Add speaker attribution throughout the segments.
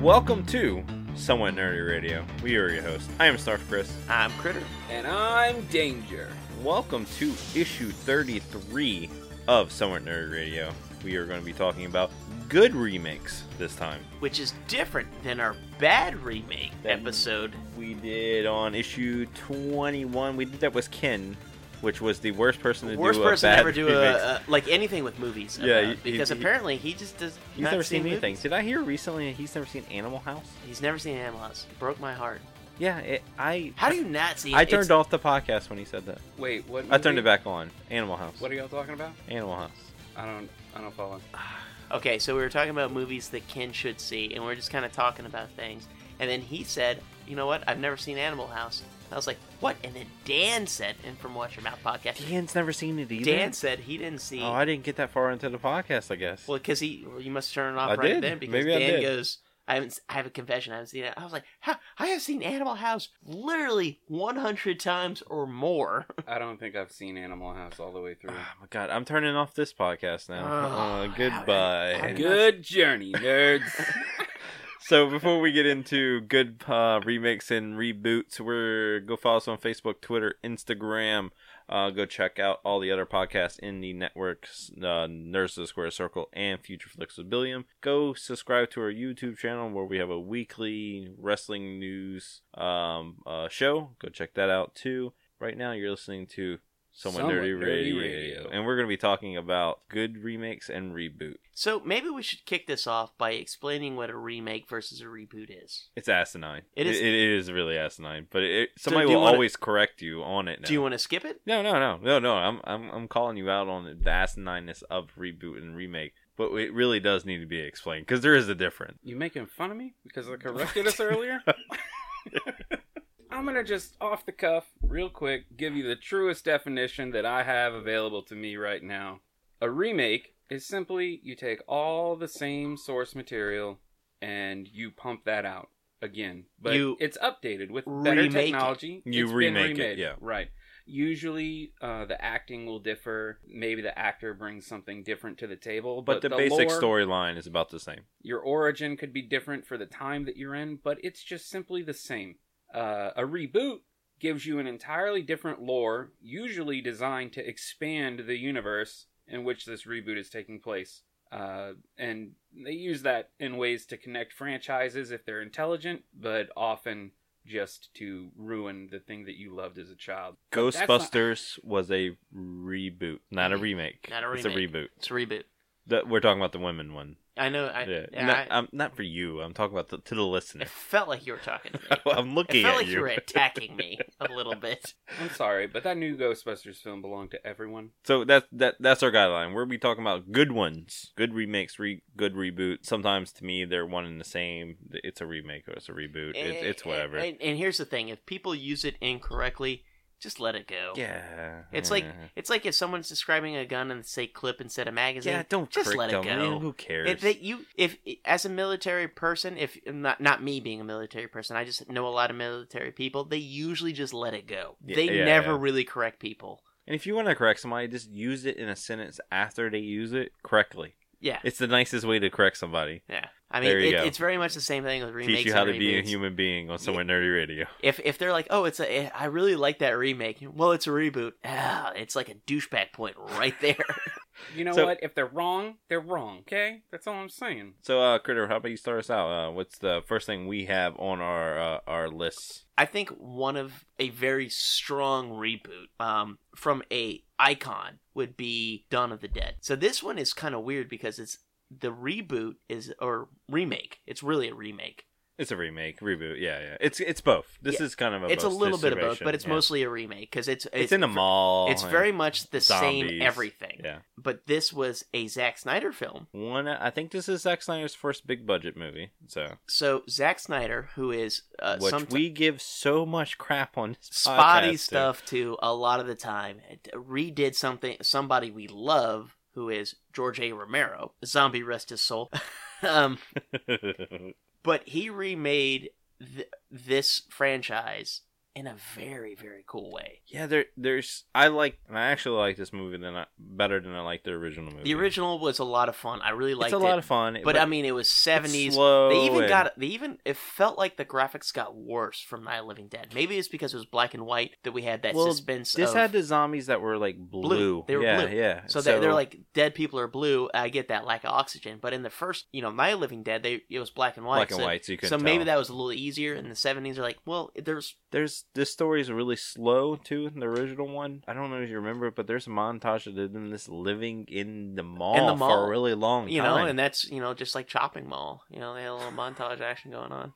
Speaker 1: Welcome to Somewhat Nerdy Radio. We are your hosts. I am Snarf Chris.
Speaker 2: I'm Critter.
Speaker 3: And I'm Danger.
Speaker 1: Welcome to issue 33 of Somewhat Nerdy Radio. We are going to be talking about good remakes this time.
Speaker 2: Which is different than our bad remake
Speaker 1: That-
Speaker 2: episode.
Speaker 1: We did on issue 21. We did that with Ken, which was the worst person to
Speaker 2: Worst
Speaker 1: do
Speaker 2: person
Speaker 1: a
Speaker 2: to
Speaker 1: bad
Speaker 2: ever do a,
Speaker 1: remake.
Speaker 2: a- like anything with movies.
Speaker 1: Yeah,
Speaker 2: about,
Speaker 1: he- he-
Speaker 2: because
Speaker 1: he-
Speaker 2: apparently he just does.
Speaker 1: He's
Speaker 2: not
Speaker 1: never
Speaker 2: see
Speaker 1: seen anything.
Speaker 2: movies.
Speaker 1: Did I hear recently that he's never seen Animal House?
Speaker 2: He's never seen Animal House. It broke my heart.
Speaker 1: Yeah, it, I.
Speaker 2: How do you not see?
Speaker 1: I
Speaker 2: it?
Speaker 1: turned
Speaker 2: It's-
Speaker 1: off the podcast when he said that.
Speaker 3: Wait, what?
Speaker 1: I turned
Speaker 3: movie?
Speaker 1: it back on. Animal House.
Speaker 3: What are y'all talking about?
Speaker 1: Animal House.
Speaker 3: I don't. I don't follow.
Speaker 2: Okay, so we were talking about movies that Ken should see, and we are just kind of talking about things. And then he said, "You know what? I've never seen Animal House." I was like, "What?" And then Dan said, and from Watch Your Mouth podcast,
Speaker 1: Dan's never seen it either.
Speaker 2: Dan said he didn't see.
Speaker 1: Oh, I didn't get that far into the podcast, I guess.
Speaker 2: Well, because he, well, you must turn it off
Speaker 1: I
Speaker 2: right
Speaker 1: did.
Speaker 2: then because
Speaker 1: Maybe I
Speaker 2: Dan
Speaker 1: did.
Speaker 2: goes, I haven't, s- I have a confession, I haven't seen it. I was like, "Huh, I have seen Animal House literally 100 times or more.
Speaker 3: I don't think I've seen Animal House all the way through.
Speaker 1: oh my god, I'm turning off this podcast now.
Speaker 2: Oh,
Speaker 1: uh, goodbye.
Speaker 2: how did- how
Speaker 3: Good journey, nerds.
Speaker 1: So before we get into good uh, remakes and reboots, we're go follow us on Facebook, Twitter, Instagram. Uh, go check out all the other podcasts in the networks, uh, Nerds of the Square Circle and Future Flicks with Billiam. Go subscribe to our YouTube channel where we have a weekly wrestling news um, uh, show. Go check that out too. Right now, you're listening to Someone
Speaker 3: Somewhat
Speaker 1: Dirty
Speaker 3: Nerdy
Speaker 1: Radio,
Speaker 3: Radio.
Speaker 1: and we're going to be talking about good remakes and reboot.
Speaker 2: So maybe we should kick this off by explaining what a remake versus a reboot is.
Speaker 1: It's asinine.
Speaker 2: It is-
Speaker 1: It, it is really asinine. But it, somebody
Speaker 2: do you
Speaker 1: will
Speaker 2: wanna-
Speaker 1: always correct you on it. Now.
Speaker 2: Do you want to skip it?
Speaker 1: No, no, no, no, no. I'm, I'm, I'm calling you out on the asinineness of reboot and remake. But it really does need to be explained because there is a difference.
Speaker 3: you making fun of me because I corrected us earlier? I'm gonna just off the cuff, real quick, give you the truest definition that I have available to me right now. A remake is simply you take all the same source material and you pump that out again, but
Speaker 2: You
Speaker 3: it's updated with better
Speaker 2: remake it.
Speaker 3: technology.
Speaker 1: You
Speaker 3: It's been
Speaker 1: remake it,
Speaker 3: remade.
Speaker 1: yeah.
Speaker 3: right. Usually, uh, the acting will differ. Maybe the actor brings something different to the table,
Speaker 1: But,
Speaker 3: but,
Speaker 1: the, basic
Speaker 3: lore-
Speaker 1: storyline is about the same.
Speaker 3: your origin could be different for the time that you're in, but it's just simply the same. Uh, a reboot gives you an entirely different lore, usually designed to expand the universe in which this reboot is taking place. Uh, and they use that in ways to connect franchises if they're intelligent, but often just to ruin the thing that you loved as a child. But that's not-
Speaker 1: Ghostbusters was a reboot, not a remake.
Speaker 2: Not a
Speaker 1: It's a
Speaker 2: remake.
Speaker 1: reboot.
Speaker 2: It's a reboot.
Speaker 1: That- we're talking about the women one.
Speaker 2: I know. I,
Speaker 1: yeah.
Speaker 2: yeah,
Speaker 1: not,
Speaker 2: I,
Speaker 1: am not for you. I'm talking about the, to the listener.
Speaker 2: it felt like you were talking to me.
Speaker 1: I'm
Speaker 2: It
Speaker 1: looking
Speaker 2: felt
Speaker 1: at
Speaker 2: like you
Speaker 1: you.
Speaker 2: were attacking me a little bit.
Speaker 3: I'm sorry, but that new Ghostbusters film belonged to everyone.
Speaker 1: So that's that that's our guideline. We'll be talking about good ones, good remakes, re, good reboot. Sometimes to me they're one and the same. It's a remake or it's a reboot. It, it's whatever.
Speaker 2: And, and here's the thing: if people use it incorrectly, just let it go.
Speaker 1: yeah,
Speaker 2: It's like it's like if someone's describing a gun and say clip instead of magazine.
Speaker 1: yeah, don't
Speaker 2: just
Speaker 1: prick
Speaker 2: let it
Speaker 1: them.
Speaker 2: go.
Speaker 1: Who cares?
Speaker 2: If that you if as a military person, if not not me being a military person, I just know a lot of military people. They usually just let it go.
Speaker 1: Yeah,
Speaker 2: they
Speaker 1: yeah,
Speaker 2: never
Speaker 1: yeah.
Speaker 2: really correct people.
Speaker 1: and if you want to correct somebody, just use it in a sentence after they use it correctly.
Speaker 2: Yeah,
Speaker 1: It's the nicest way to correct somebody.
Speaker 2: yeah. I mean,
Speaker 1: There you
Speaker 2: it,
Speaker 1: go.
Speaker 2: it's very much the same thing with remakes.
Speaker 1: Teach you how
Speaker 2: and
Speaker 1: to be a
Speaker 2: reboots.
Speaker 1: human being on somewhere nerdy radio.
Speaker 2: If if they're like, oh, it's a, I really like that remake. Well, it's a reboot. Ah, it's like a douchebag point right there.
Speaker 3: You know
Speaker 1: So-
Speaker 3: what? If they're wrong, they're wrong, okay? That's all I'm saying.
Speaker 1: So, uh, Critter, how about you start us out? Uh, what's the first thing we have on our uh, our list?
Speaker 2: I think one of a very strong reboot um, from a icon would be Dawn of the Dead. So this one is kind of weird because it's the reboot is or remake. It's really a remake.
Speaker 1: It's a remake, reboot. Yeah, yeah. It's it's both. This
Speaker 2: Yeah.
Speaker 1: is kind of a
Speaker 2: it's a
Speaker 1: both
Speaker 2: little bit of both,
Speaker 1: situation,
Speaker 2: but it's
Speaker 1: yeah.
Speaker 2: mostly a remake because it's,
Speaker 1: it's, in a mall.
Speaker 2: It's
Speaker 1: and-
Speaker 2: very much the
Speaker 1: zombies.
Speaker 2: same everything.
Speaker 1: yeah.
Speaker 2: But this was a Zack Snyder film.
Speaker 1: One, I think this is Zack Snyder's first big budget movie. So
Speaker 2: So Zack Snyder, who is uh,
Speaker 1: which
Speaker 2: somet-
Speaker 1: we give so much crap on this podcast
Speaker 2: spotty
Speaker 1: to.
Speaker 2: stuff too a lot of the time It redid something somebody we love who is george a romero zombie rest his soul um but he remade th- this franchise in a very very cool way.
Speaker 1: Yeah, there, there's. I like, and I actually like this movie than I, better than I like the original movie.
Speaker 2: The original was a lot of fun. I really liked
Speaker 1: it's a lot
Speaker 2: it.
Speaker 1: of fun,
Speaker 2: but I mean, it was seventies.
Speaker 1: Slow
Speaker 2: They even
Speaker 1: and-
Speaker 2: got they even it felt like the graphics got worse from Night of the Living Dead. Maybe it's because it was black and white that we had that
Speaker 1: Well,
Speaker 2: suspense.
Speaker 1: This
Speaker 2: of,
Speaker 1: had the zombies that were like blue.
Speaker 2: They were
Speaker 1: yeah,
Speaker 2: blue.
Speaker 1: yeah.
Speaker 2: so, they, they're like dead people are blue. I get that lack of oxygen, but in the first, you know, Night of the Living Dead, they it was black and white.
Speaker 1: black and
Speaker 2: so,
Speaker 1: white, so you can.
Speaker 2: So maybe that was a little easier. In the seventies, they're like, well, there's
Speaker 1: there's this story is really slow too in the original one. I don't know if you remember it, but there's a montage of them just living in the mall, for
Speaker 2: mall.
Speaker 1: a really long
Speaker 2: you know,
Speaker 1: time.
Speaker 2: and that's you know just like Chopping Mall. You know, they had a little montage action going on.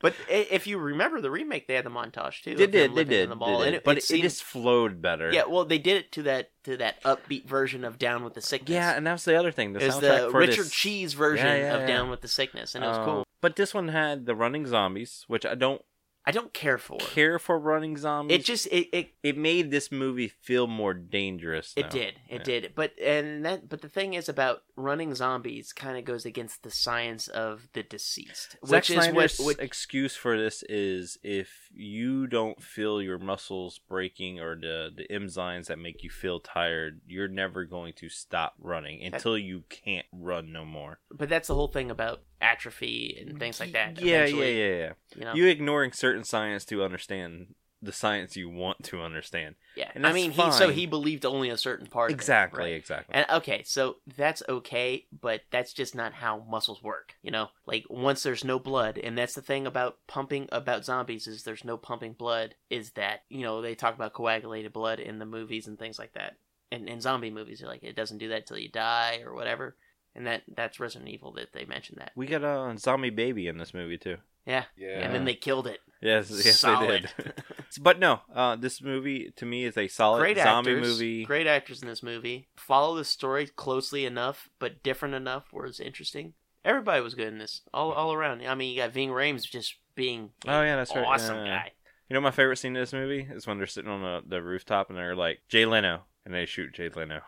Speaker 2: but i- if you remember the remake, they had the montage too.
Speaker 1: they
Speaker 2: of them
Speaker 1: did, they
Speaker 2: living
Speaker 1: did,
Speaker 2: in the mall,
Speaker 1: they did.
Speaker 2: and it,
Speaker 1: but
Speaker 2: it
Speaker 1: it,
Speaker 2: seemed-
Speaker 1: just flowed better.
Speaker 2: Yeah, well, they did it to that to that upbeat version of Down with the Sickness.
Speaker 1: yeah, and that was the other thing. The
Speaker 2: it was
Speaker 1: soundtrack
Speaker 2: the
Speaker 1: for
Speaker 2: Richard
Speaker 1: this,
Speaker 2: Cheese version
Speaker 1: Yeah, yeah,
Speaker 2: of
Speaker 1: yeah.
Speaker 2: Down with the Sickness, and it was
Speaker 1: uh,
Speaker 2: cool.
Speaker 1: But this one had the running zombies, which I don't
Speaker 2: I don't care for it.
Speaker 1: care for running zombies.
Speaker 2: It just it it,
Speaker 1: it made this movie feel more dangerous.
Speaker 2: it
Speaker 1: though.
Speaker 2: did it
Speaker 1: Yeah.
Speaker 2: did. But and that but the thing is about running zombies kind of goes against the science of the deceased,
Speaker 1: Zack
Speaker 2: which is what
Speaker 1: Snyder's
Speaker 2: which,
Speaker 1: excuse for this is if you don't feel your muscles breaking or the the enzymes that make you feel tired, you're never going to stop running until you can't run no more.
Speaker 2: but that's the whole thing about atrophy and things like that.
Speaker 1: Yeah, yeah,
Speaker 2: Eventually,
Speaker 1: yeah, yeah.
Speaker 2: You know,
Speaker 1: You ignoring certain science to understand the science you want to understand.
Speaker 2: yeah.
Speaker 1: and
Speaker 2: I
Speaker 1: that's
Speaker 2: mean, he so
Speaker 1: fine.
Speaker 2: he believed only a certain part. of it,
Speaker 1: exactly,
Speaker 2: right?
Speaker 1: exactly.
Speaker 2: And okay, so that's okay, but that's just not how muscles work. You know, like once there's no blood, and that's the thing about pumping about zombies is there's no pumping blood. Is that you know they talk about coagulated blood in the movies and things like that, and in zombie movies, they're like it doesn't do that till you die or whatever. And that that's Resident Evil that they mentioned that.
Speaker 1: we got a zombie baby in this movie too.
Speaker 2: Yeah,
Speaker 3: Yeah.
Speaker 2: and then they killed it.
Speaker 1: Yes, yes,
Speaker 2: Solid.
Speaker 1: they did. but no, uh, this movie to me is a solid
Speaker 2: great
Speaker 1: zombie
Speaker 2: actors,
Speaker 1: movie.
Speaker 2: Great actors in this movie. Follow the story closely enough, but different enough where it's interesting. Everybody was good in this, all all around. I mean, you got Ving Rhames just being
Speaker 1: Oh yeah, that's right.
Speaker 2: awesome
Speaker 1: Yeah.
Speaker 2: guy.
Speaker 1: You know my favorite scene in this movie is when they're sitting on the, the rooftop and they're like Jay Leno, and they shoot Jay Leno,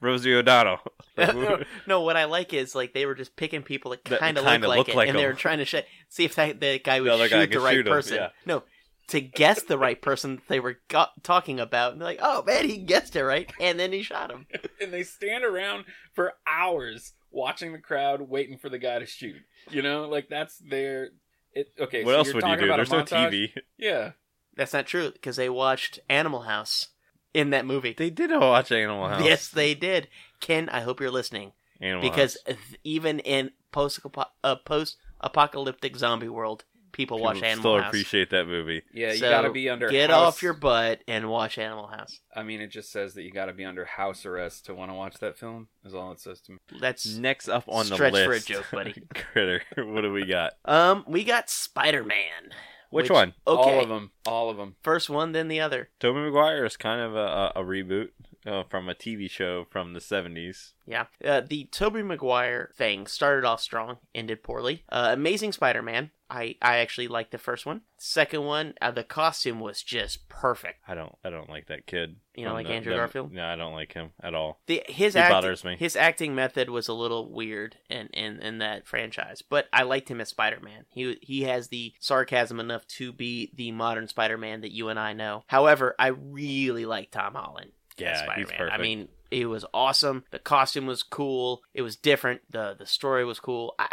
Speaker 1: Rosie O'Donnell.
Speaker 2: no, no, what I like is like they were just picking people that
Speaker 1: That
Speaker 2: kind of look
Speaker 1: kinda
Speaker 2: like
Speaker 1: look
Speaker 2: it,
Speaker 1: like
Speaker 2: and they were
Speaker 1: 'em.
Speaker 2: trying to sh- see if that, that guy would
Speaker 1: other
Speaker 2: shoot
Speaker 1: guy
Speaker 2: the
Speaker 1: could
Speaker 2: right
Speaker 1: shoot 'em,
Speaker 2: person.
Speaker 1: yeah.
Speaker 2: No, to guess the right person that they were got- talking about, and they're like, "Oh man, he guessed it right," and then he shot him.
Speaker 3: and they stand around for hours watching the crowd waiting for the guy to shoot. You know, like that's their. It, okay.
Speaker 1: what
Speaker 3: so
Speaker 1: else
Speaker 3: you're
Speaker 1: would you
Speaker 3: talking
Speaker 1: do?
Speaker 3: about
Speaker 1: There's
Speaker 3: a
Speaker 1: no
Speaker 3: montage?
Speaker 1: TV.
Speaker 3: Yeah.
Speaker 2: That's not true because they watched Animal House in that movie.
Speaker 1: They did watch Animal House.
Speaker 2: Yes, they did. Ken, I hope you're listening
Speaker 1: Animal
Speaker 2: because
Speaker 1: House.
Speaker 2: th- even in post uh, post apocalyptic zombie world, people, watch
Speaker 1: People
Speaker 2: Animal
Speaker 1: still
Speaker 2: House.
Speaker 1: appreciate that movie.
Speaker 3: Yeah. You
Speaker 2: So,
Speaker 3: gotta be under.
Speaker 2: Get
Speaker 3: house-
Speaker 2: off your butt and watch Animal House.
Speaker 3: I mean, it just says that you gotta be under house arrest to want to watch that film. Is all it says to me.
Speaker 2: That's
Speaker 1: Next up on
Speaker 2: Stretch
Speaker 1: the
Speaker 2: for a
Speaker 1: list,
Speaker 2: joke, buddy.
Speaker 1: Critter. What do we got?
Speaker 2: um. We got Spider Man.
Speaker 1: Which one?
Speaker 2: Okay.
Speaker 3: All of them. All of them.
Speaker 2: First one, then the other.
Speaker 1: Tobey Maguire is kind of a, a, a reboot uh, from a TV show from the '70s.
Speaker 2: Yeah. Uh, the Tobey Maguire thing started off strong, ended poorly. Uh, Amazing Spider Man. I, I actually liked the first one. Second one, uh, the costume was just perfect.
Speaker 1: I don't. I don't like that kid.
Speaker 2: You don't
Speaker 1: from
Speaker 2: like
Speaker 1: the-
Speaker 2: Andrew
Speaker 1: the-
Speaker 2: Garfield?
Speaker 1: No, I don't like him at all.
Speaker 2: The, his
Speaker 1: He
Speaker 2: acting,
Speaker 1: bothers me.
Speaker 2: His acting method was a little weird in, in, in that franchise, but I liked him as Spider Man. He he has the sarcasm enough to be the modern Spider Man that you and I know. However, I really like Tom Holland. as
Speaker 1: Yeah, he's
Speaker 2: Spider-Man. I
Speaker 1: perfect.
Speaker 2: mean, it was awesome. The costume was cool. It was different. the The story was cool. I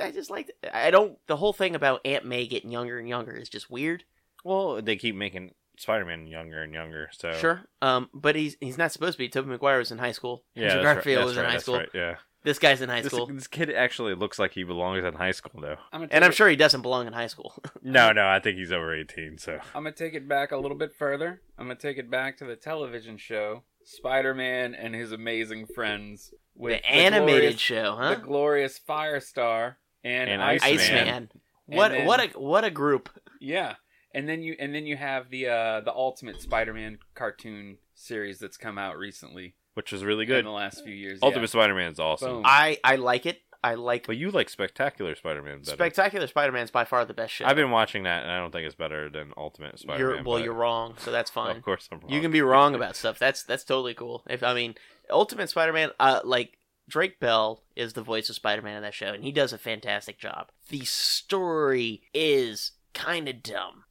Speaker 2: I, I just liked. I don't. The whole thing about Aunt May getting younger and younger is just weird.
Speaker 1: Well, they keep making Spider-Man younger and younger. So
Speaker 2: Sure. Um, but he's he's not supposed to be. Tobey Maguire was in high school.
Speaker 1: Yeah,
Speaker 2: Andrew
Speaker 1: that's right,
Speaker 2: Garfield
Speaker 1: that's
Speaker 2: was
Speaker 1: right,
Speaker 2: in high
Speaker 1: that's
Speaker 2: school.
Speaker 1: right, yeah.
Speaker 2: This guy's in high
Speaker 1: This,
Speaker 2: school.
Speaker 1: this kid actually looks like he belongs in high school, though.
Speaker 3: I'm gonna
Speaker 2: And I'm
Speaker 3: take it-
Speaker 2: sure he doesn't belong in high school.
Speaker 1: No, no, I think he's over 18, so.
Speaker 3: I'm gonna take it back a little bit further. I'm gonna take it back to the television show Spider-Man and his amazing friends
Speaker 2: the
Speaker 3: with
Speaker 2: animated
Speaker 3: glorious-
Speaker 2: show, huh?
Speaker 3: the glorious Firestar and,
Speaker 1: And
Speaker 3: Iceman.
Speaker 2: Iceman.
Speaker 1: Man.
Speaker 2: What
Speaker 3: then-
Speaker 2: what a what a group.
Speaker 3: Yeah, and then you and then you have the uh, the Ultimate Spider-Man cartoon series that's come out recently
Speaker 1: Which is really
Speaker 3: in
Speaker 1: good.
Speaker 3: the last few years.
Speaker 1: Ultimate Spider-Man is awesome.
Speaker 3: Boom.
Speaker 2: I I like it. I like
Speaker 1: But you like Spectacular Spider-Man better.
Speaker 2: Spectacular Spider-Man's by far the best show.
Speaker 1: I've been watching that, and I don't think it's better than Ultimate Spider-Man.
Speaker 2: you're, well,
Speaker 1: but-
Speaker 2: you're wrong, so that's fine.
Speaker 1: Of course I'm wrong.
Speaker 2: you can be wrong about stuff. That's that's totally cool. If I mean, Ultimate Spider-Man, uh, like Drake Bell is the voice of Spider-Man in that show, and he does a fantastic job. The story is kind of dumb.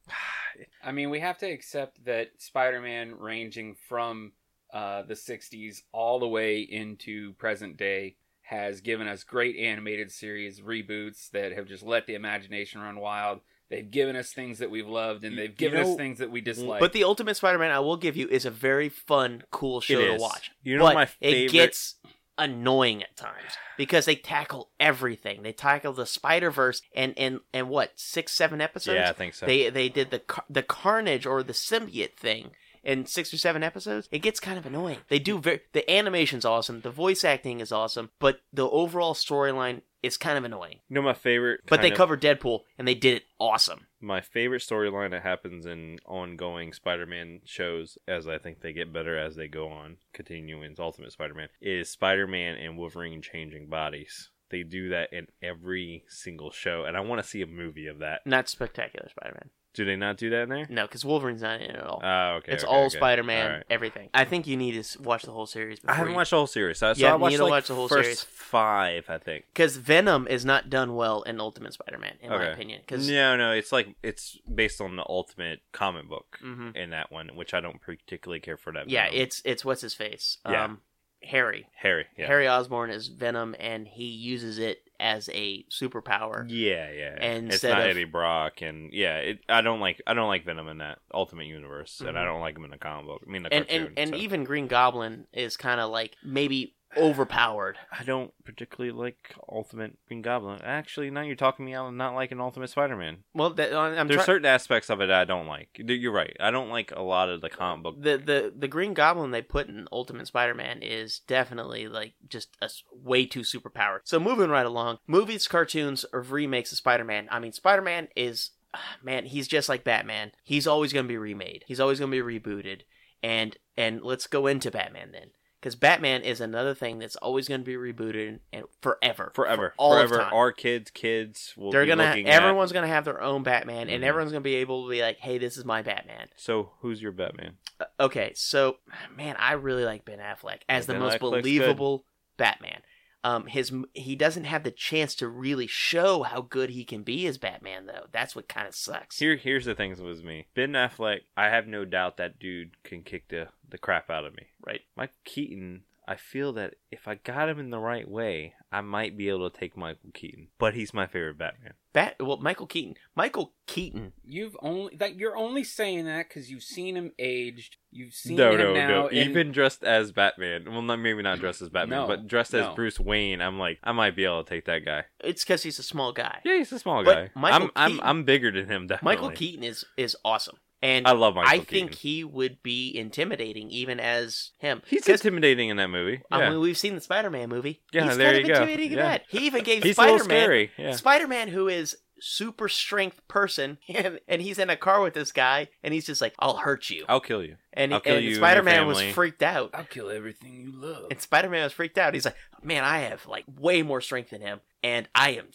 Speaker 3: I mean, we have to accept that Spider-Man, ranging from uh, the '60s all the way into present day, has given us great animated series reboots that have just let the imagination run wild. They've given us things that we've loved, and
Speaker 1: You-
Speaker 3: they've
Speaker 1: you
Speaker 3: given
Speaker 1: know-
Speaker 3: us things that we dislike.
Speaker 2: But the Ultimate Spider-Man, I will give you, is a very fun, cool show to
Speaker 1: is.
Speaker 2: watch.
Speaker 1: You know
Speaker 2: but
Speaker 1: my favorite-
Speaker 2: It gets annoying at times because they tackle everything. They tackle the Spider Verse and and and what six seven episodes.
Speaker 1: Yeah, I think so.
Speaker 2: They they did the car- the Carnage or the symbiote thing in six or seven episodes. It gets kind of annoying. They do very the animation's awesome, the voice acting is awesome, but the overall storyline is kind of annoying.
Speaker 1: you know my favorite.
Speaker 2: But they
Speaker 1: kind of-
Speaker 2: covered Deadpool and they did it awesome.
Speaker 1: my favorite storyline that happens in ongoing Spider-Man shows, as I think they get better as they go on, continuing Ultimate Spider-Man, is Spider-Man and Wolverine changing bodies. They do that in every single show, and I want to see a movie of that.
Speaker 2: Not spectacular Spider-Man.
Speaker 1: Do they not do that in there?
Speaker 2: No, because Wolverine's not in it at all.
Speaker 1: Ah, okay.
Speaker 2: it's
Speaker 1: okay,
Speaker 2: all
Speaker 1: okay.
Speaker 2: Spider-Man,
Speaker 1: All right.
Speaker 2: everything. I think you need to s- watch the whole series.
Speaker 1: I haven't watched the whole series. So, so
Speaker 2: Yeah,
Speaker 1: I watched
Speaker 2: neither
Speaker 1: like
Speaker 2: watched the whole
Speaker 1: first
Speaker 2: series.
Speaker 1: five, I think.
Speaker 2: because Venom is not done well in Ultimate Spider-Man, in my
Speaker 1: Okay.
Speaker 2: opinion. Because
Speaker 1: No, no, it's like it's based on the Ultimate comic book
Speaker 2: Mhm.
Speaker 1: in that one, which I don't particularly care for. That
Speaker 2: yeah,
Speaker 1: Venom.
Speaker 2: it's it's what's his face,
Speaker 1: Yeah.
Speaker 2: um, Harry.
Speaker 1: Harry. Yeah.
Speaker 2: Harry Osborn is Venom, and he uses it as a superpower.
Speaker 1: Yeah, yeah.
Speaker 2: And
Speaker 1: it's
Speaker 2: instead
Speaker 1: not
Speaker 2: of-
Speaker 1: Eddie Brock, and yeah, it, I don't like I don't like Venom in that Ultimate Universe, and I
Speaker 2: Mhm.
Speaker 1: don't like him in the comic book. I mean, the
Speaker 2: and
Speaker 1: cartoon.
Speaker 2: and, and
Speaker 1: so.
Speaker 2: even Green Goblin is kind of like maybe overpowered.
Speaker 1: I don't particularly like Ultimate Green Goblin. Actually, now you're talking me out of not liking Ultimate Spider-Man.
Speaker 2: Well, that, I'm
Speaker 1: There's
Speaker 2: try-
Speaker 1: certain aspects of it I don't like. You- You're right. I don't like a lot of the comic book.
Speaker 2: the the the Green Goblin they put in Ultimate Spider-Man is definitely like just a s- way too superpowered. So moving right along, movies, cartoons, or remakes of Spider-Man. I mean, Spider-Man is ah, man, he's just like Batman. He's always going to be remade. He's always going to be rebooted. And and let's go into Batman then. Because Batman is another thing that's always going to be rebooted and forever,
Speaker 1: Forever,
Speaker 2: For all of
Speaker 1: forever,
Speaker 2: time.
Speaker 1: our kids, kids will
Speaker 2: They're
Speaker 1: be
Speaker 2: gonna
Speaker 1: looking at-
Speaker 2: everyone's gonna have their own Batman, and
Speaker 1: Mhm.
Speaker 2: everyone's gonna be able to be like, "Hey, this is my Batman."
Speaker 1: So, who's your Batman?
Speaker 2: Uh, okay, so man, I really like Ben Affleck as the
Speaker 1: Ben
Speaker 2: most
Speaker 1: Affleck's good.
Speaker 2: believable Batman. Um, his m- he doesn't have the chance to really show how good he can be as Batman though. That's what kind of sucks.
Speaker 1: Here, here's the things with me. Ben Affleck, I have no doubt that dude can kick the the crap out of me.
Speaker 2: right.
Speaker 1: Mike Keaton, I feel that if I got him in the right way, I might be able to take Michael Keaton. But he's my favorite Batman.
Speaker 2: Bat well, Michael Keaton. Michael Keaton.
Speaker 3: You've only that you're only saying that because you've seen him aged. You've seen
Speaker 1: no,
Speaker 3: him
Speaker 1: no,
Speaker 3: now.
Speaker 1: no.
Speaker 3: and-
Speaker 1: Even dressed as Batman. Well, not maybe not dressed as Batman,
Speaker 3: No,
Speaker 1: but dressed as
Speaker 3: no.
Speaker 1: Bruce Wayne. I'm like, I might be able to take that guy.
Speaker 2: It's because he's a small guy.
Speaker 1: Yeah, he's a small
Speaker 2: But
Speaker 1: guy.
Speaker 2: Michael
Speaker 1: I'm, I'm,
Speaker 2: Keaton-
Speaker 1: I'm bigger than him. Definitely.
Speaker 2: Michael Keaton is is awesome, and
Speaker 1: I love Michael
Speaker 2: I
Speaker 1: Keaton.
Speaker 2: think he would be intimidating even as him.
Speaker 1: he's
Speaker 2: 'Cause,
Speaker 1: intimidating in that movie. Yeah.
Speaker 2: I mean, we've seen the Spider-Man movie.
Speaker 1: Yeah,
Speaker 2: he's
Speaker 1: there
Speaker 2: kind of
Speaker 1: you go.
Speaker 2: intimidating in
Speaker 1: Yeah.
Speaker 2: that. He even gave
Speaker 1: he's a little
Speaker 2: Spider-Man
Speaker 1: scary. Yeah.
Speaker 2: Spider-Man, who is super strength person, and, and he's in a car with this guy, and he's just like, "I'll hurt you,"
Speaker 1: I'll kill you.
Speaker 2: and,
Speaker 1: I'll kill
Speaker 2: and
Speaker 1: you and your
Speaker 2: Spider-Man was
Speaker 1: family.
Speaker 2: freaked out.
Speaker 3: I'll kill everything you love.
Speaker 2: And Spider-Man was freaked out. He's like, "Man, I have like way more strength than him, and I am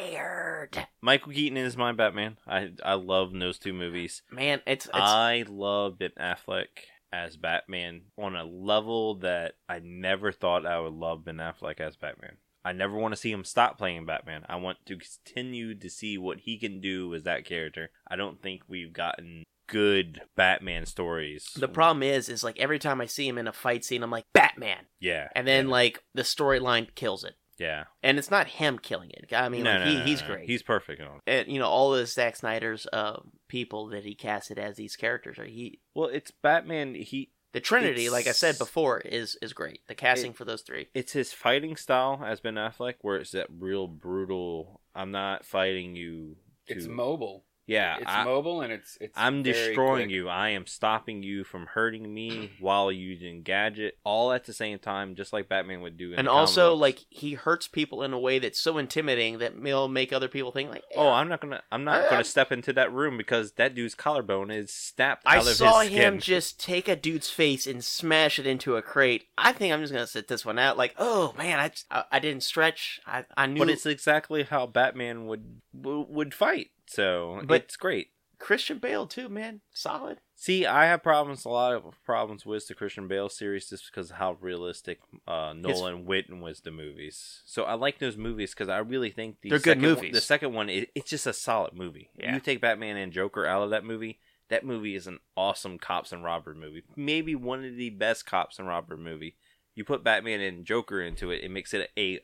Speaker 2: scared."
Speaker 1: Michael Keaton is my Batman. I I love those two movies.
Speaker 2: Man, it's, it's
Speaker 1: I love Ben Affleck as Batman on a level that I never thought I would love Ben Affleck as Batman. I never want to see him stop playing Batman. I want to continue to see what he can do as that character. I don't think we've gotten good Batman stories.
Speaker 2: the problem is, is like every time I see him in a fight scene, I'm like, "Batman,"
Speaker 1: yeah,
Speaker 2: and then like the storyline kills it,
Speaker 1: yeah.
Speaker 2: and it's not him killing it. I mean,
Speaker 1: No,
Speaker 2: like,
Speaker 1: no,
Speaker 2: he,
Speaker 1: no, no,
Speaker 2: he's
Speaker 1: no.
Speaker 2: great.
Speaker 1: He's perfect. On it.
Speaker 2: and you know all of Zack Snyder's uh, people that he casted as these characters are he
Speaker 1: Well, it's Batman. He
Speaker 2: the Trinity, like I said
Speaker 1: It's-
Speaker 2: before, is is great. The casting for those three,
Speaker 1: it's his fighting style as Ben Affleck, where it's that real brutal. I'm not fighting you. To,
Speaker 3: it's mobile.
Speaker 1: yeah.
Speaker 3: it's
Speaker 1: I-
Speaker 3: mobile and it's it's.
Speaker 1: I'm
Speaker 3: very
Speaker 1: destroying
Speaker 3: quick.
Speaker 1: you. I am stopping you from hurting me while using gadget, all at the same time, just like Batman would do. In
Speaker 2: and
Speaker 1: the
Speaker 2: also
Speaker 1: comic
Speaker 2: like
Speaker 1: books.
Speaker 2: he hurts people in a way that's so intimidating that will make other people think like,
Speaker 1: oh, I'm not gonna, I'm not
Speaker 2: I-
Speaker 1: gonna step into that room because that dude's collarbone is snapped
Speaker 2: I
Speaker 1: out of
Speaker 2: saw
Speaker 1: his
Speaker 2: him
Speaker 1: skin.
Speaker 2: just take a dude's face and smash it into a crate. I think I'm just gonna sit this one out. Like, oh man, I I, I didn't stretch. I I knew.
Speaker 1: but it's exactly how Batman would w- would fight. So
Speaker 2: But-
Speaker 1: it's great.
Speaker 2: Christian Bale too, man, solid.
Speaker 1: See, I have problems, a lot of problems with the Christian Bale series just because of how realistic uh, Nolan Witten was the movies. So I like those movies because I really think the
Speaker 2: They're good
Speaker 1: second one-
Speaker 2: movies.
Speaker 1: the second one, it, it's just a solid movie.
Speaker 2: Yeah.
Speaker 1: You take Batman and Joker out of that movie, That movie is an awesome cops and robber movie. Maybe one of the best cops and robber movie. You put Batman and Joker into it, it makes it a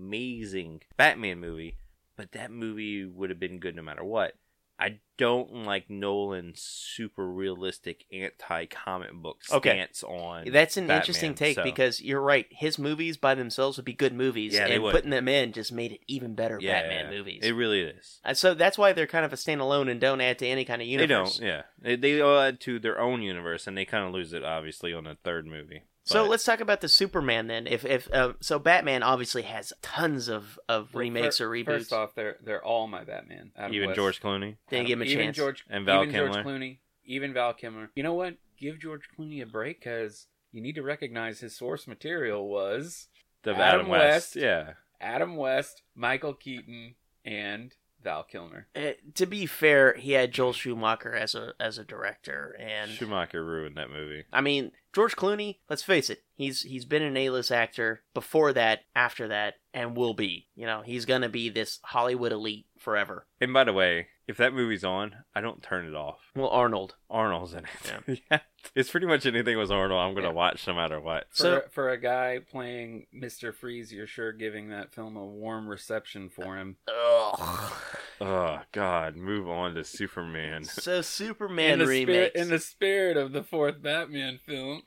Speaker 1: amazing Batman movie. But that movie would have been good no matter what. I don't like Nolan's super realistic anti comic book
Speaker 2: Okay.
Speaker 1: stance on.
Speaker 2: That's an
Speaker 1: Batman,
Speaker 2: interesting take
Speaker 1: so-
Speaker 2: because you're right. His movies by themselves would be good movies,
Speaker 1: Yeah, they
Speaker 2: and
Speaker 1: would.
Speaker 2: putting them in just made it even better
Speaker 1: Yeah,
Speaker 2: Batman
Speaker 1: yeah.
Speaker 2: movies.
Speaker 1: It really is.
Speaker 2: And Uh, so that's why they're kind of a standalone and don't add to any kind of universe.
Speaker 1: They don't. Yeah, they, they all add to their own universe, and they kind of lose it obviously on the third movie.
Speaker 2: So
Speaker 1: But-
Speaker 2: let's talk about the Superman then. If if uh, so, Batman obviously has tons of of
Speaker 3: Well,
Speaker 2: remakes
Speaker 3: fir-
Speaker 2: or reboots.
Speaker 3: First off, they're they're all my Batman. Adam
Speaker 1: even
Speaker 3: West.
Speaker 1: George Clooney.
Speaker 2: They didn't give him a
Speaker 3: even
Speaker 2: chance.
Speaker 3: George
Speaker 1: And Val
Speaker 3: even
Speaker 1: Kilmer.
Speaker 3: George Clooney, even Val Kilmer. You know what? Give George Clooney a break because you need to recognize his source material was
Speaker 1: The Adam,
Speaker 3: Adam
Speaker 1: West.
Speaker 3: West.
Speaker 1: Yeah.
Speaker 3: Adam West, Michael Keaton, and Val Kilmer.
Speaker 2: Uh, to be fair, he had Joel Schumacher as a as a director, and
Speaker 1: Schumacher ruined that movie.
Speaker 2: I mean George Clooney. Let's face it, he's he's been an A list actor before that, after that, and will be. You know, he's gonna be this Hollywood elite forever.
Speaker 1: And by the way, if that movie's on, I don't turn it off.
Speaker 2: Well, Arnold.
Speaker 1: Arnold's in it. Yeah. It's pretty much anything with Arnold, I'm going to
Speaker 3: Yeah.
Speaker 1: watch no matter what.
Speaker 3: For,
Speaker 2: So-
Speaker 3: for a guy playing Mr. Freeze, you're sure giving that film a warm reception for him.
Speaker 2: Ugh.
Speaker 1: Oh, God. Move on to Superman.
Speaker 2: So Superman
Speaker 3: in, the spirit,
Speaker 2: remakes.
Speaker 3: in the spirit of the fourth Batman film.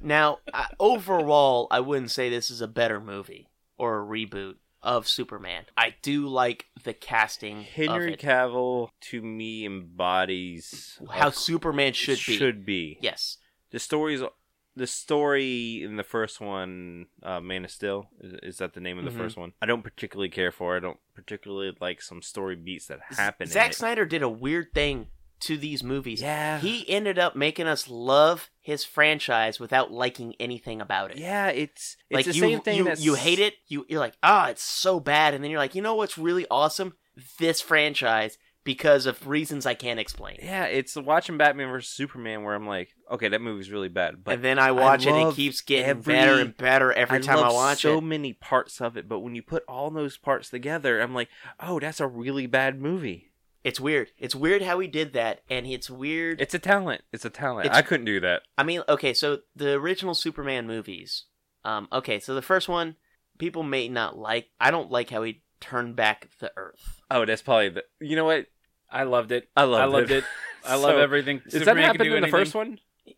Speaker 2: Now, I, overall, I wouldn't say this is a better movie or a reboot of Superman. I do like the casting
Speaker 1: Henry
Speaker 2: of it.
Speaker 1: Cavill, to me, embodies
Speaker 2: how Superman should be.
Speaker 1: Should be.
Speaker 2: Yes.
Speaker 1: the story's the story in the first one uh, man of steel is, is that the name of the
Speaker 2: Mhm.
Speaker 1: first one i don't particularly care for i don't particularly like some story beats that happen in
Speaker 2: Zack
Speaker 1: it.
Speaker 2: Snyder did a weird thing to these movies.
Speaker 1: yeah
Speaker 2: He ended up making us love his franchise without liking anything about it.
Speaker 1: yeah it's it's
Speaker 2: like
Speaker 1: the
Speaker 2: you,
Speaker 1: same thing
Speaker 2: you,
Speaker 1: that's-
Speaker 2: you hate it. You, you're like, ah, it's so bad, and then you're like, you know what's really awesome? This franchise because of reasons I can't explain.
Speaker 1: yeah it's watching batman versus superman where i'm like okay that movie's really bad but
Speaker 2: and then I watch it. It
Speaker 1: love
Speaker 2: keeps getting
Speaker 1: every-
Speaker 2: better and better every time
Speaker 1: love
Speaker 2: I watch
Speaker 1: so
Speaker 2: it.
Speaker 1: many parts of it but when you put all those parts together i'm like oh that's a really bad movie
Speaker 2: It's weird. It's weird how he did that, and it's weird.
Speaker 1: it's a talent it's a talent
Speaker 2: It's-
Speaker 1: i couldn't do that
Speaker 2: I mean, okay, so the original Superman movies. Um, okay, so the first one, people may not like. I don't like how he turned back the Earth.
Speaker 1: oh that's probably the you know what
Speaker 3: I loved it.
Speaker 1: i loved
Speaker 3: I loved it. I love
Speaker 1: So,
Speaker 3: everything.
Speaker 1: Is that
Speaker 3: Superman can
Speaker 1: happened
Speaker 3: do
Speaker 1: in the
Speaker 3: anything.
Speaker 1: first one?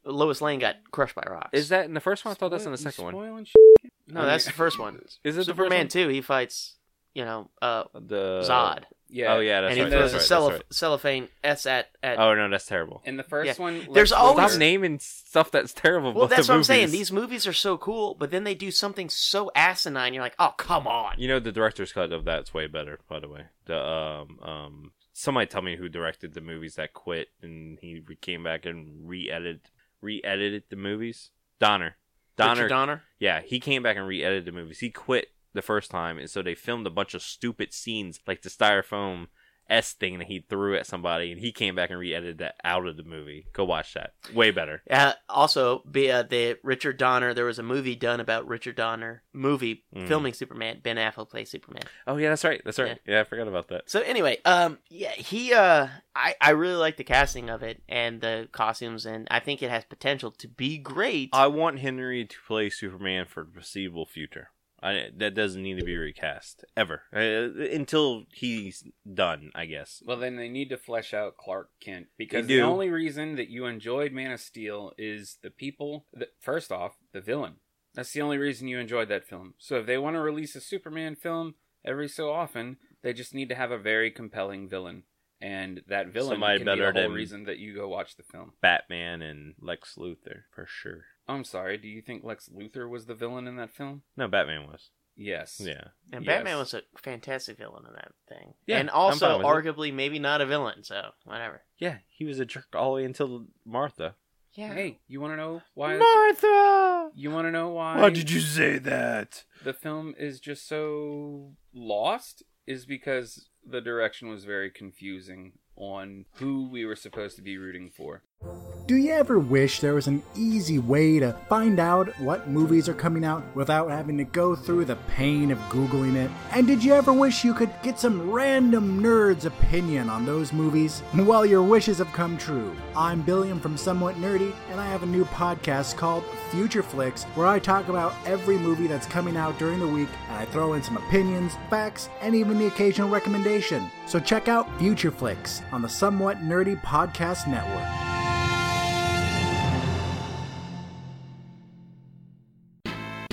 Speaker 2: Lois Lane got crushed by rocks.
Speaker 1: Is that in the first one? I thought that's in the
Speaker 3: Spoil-
Speaker 1: second one.
Speaker 3: spoiling shit.
Speaker 2: no?
Speaker 3: I
Speaker 2: That's
Speaker 3: mean-
Speaker 2: the first one.
Speaker 1: Is it
Speaker 2: Superman
Speaker 1: the
Speaker 2: two? He fights, you know, uh,
Speaker 1: first one? The
Speaker 2: Zod,
Speaker 3: Yeah.
Speaker 1: Oh yeah, that's
Speaker 2: and he
Speaker 1: right.
Speaker 2: throws
Speaker 1: That's
Speaker 2: a
Speaker 1: right,
Speaker 2: cello-
Speaker 1: that's
Speaker 2: cellophane s at at.
Speaker 1: right. Oh no, that's terrible.
Speaker 3: In the first
Speaker 2: Yeah.
Speaker 3: one, Lex
Speaker 2: There's always-
Speaker 1: Stop
Speaker 3: Luthor-
Speaker 1: naming stuff that's terrible.
Speaker 2: well,
Speaker 1: about
Speaker 2: that's
Speaker 1: the
Speaker 2: what I'm saying.
Speaker 1: movies.
Speaker 2: These movies are so cool, but then they do something so asinine. You're like, oh come on.
Speaker 1: You know the director's cut of that's way better. By the way, the um um somebody tell me who directed the movies that quit and he re- came back and re-edited re-edited the movies. Donner, Donner,
Speaker 2: Richard Donner.
Speaker 1: Yeah, he came back and re-edited the movies. He quit the first time, and so they filmed a bunch of stupid scenes, like the styrofoam S thing that he threw at somebody, and he came back and re-edited that out of the movie. Go watch that. Way better.
Speaker 2: Uh, also, be uh, the Richard Donner. There was a movie done about Richard Donner movie
Speaker 1: Mm.
Speaker 2: filming Superman. Ben Affleck plays Superman.
Speaker 1: Oh yeah, that's right. That's right. Yeah, I forgot about that.
Speaker 2: So anyway, um, yeah, he, uh, I, I really like the casting of it and the costumes, and I think it has potential to be great.
Speaker 1: I want Henry to play Superman for the foreseeable future. I, that doesn't need to be recast ever Uh, until he's done, I guess.
Speaker 3: Well, then they need to flesh out Clark Kent because
Speaker 1: They
Speaker 3: the
Speaker 1: do.
Speaker 3: only reason that you enjoyed Man of Steel is the people. That, first off, the villain. That's the only reason you enjoyed that film. So if they want to release a Superman film every so often, they just need to have a very compelling villain, and that villain
Speaker 1: Somebody
Speaker 3: can
Speaker 1: better
Speaker 3: be the whole
Speaker 1: than-
Speaker 3: reason that you go watch the film.
Speaker 1: Batman and Lex Luthor for sure.
Speaker 3: I'm sorry. Do you think Lex Luthor was the villain in that film?
Speaker 1: No, Batman was.
Speaker 3: Yes.
Speaker 1: Yeah.
Speaker 2: and
Speaker 3: yes.
Speaker 2: Batman was a fantastic villain in that thing,
Speaker 1: Yeah,
Speaker 2: and
Speaker 1: I'm
Speaker 2: also
Speaker 1: fine with
Speaker 2: arguably maybe not a villain. So whatever.
Speaker 1: Yeah, he was a jerk all the way until Martha.
Speaker 2: Yeah.
Speaker 3: Hey, you want to know why?
Speaker 1: Martha!
Speaker 3: you want to know why?
Speaker 1: you say that?
Speaker 3: the film is just so lost is because the direction was very confusing on who we were supposed to be rooting for.
Speaker 4: Do you ever wish there was an easy way to find out what movies are coming out without having to go through the pain of Googling it? And did you ever wish you could get some random nerd's opinion on those movies? Well, your wishes have come true. I'm Billiam from Somewhat Nerdy, and I have a new podcast called Future Flicks where I talk about every movie that's coming out during the week and I throw in some opinions, facts, and even the occasional recommendation. So check out Future Flicks on the Somewhat Nerdy Podcast Network.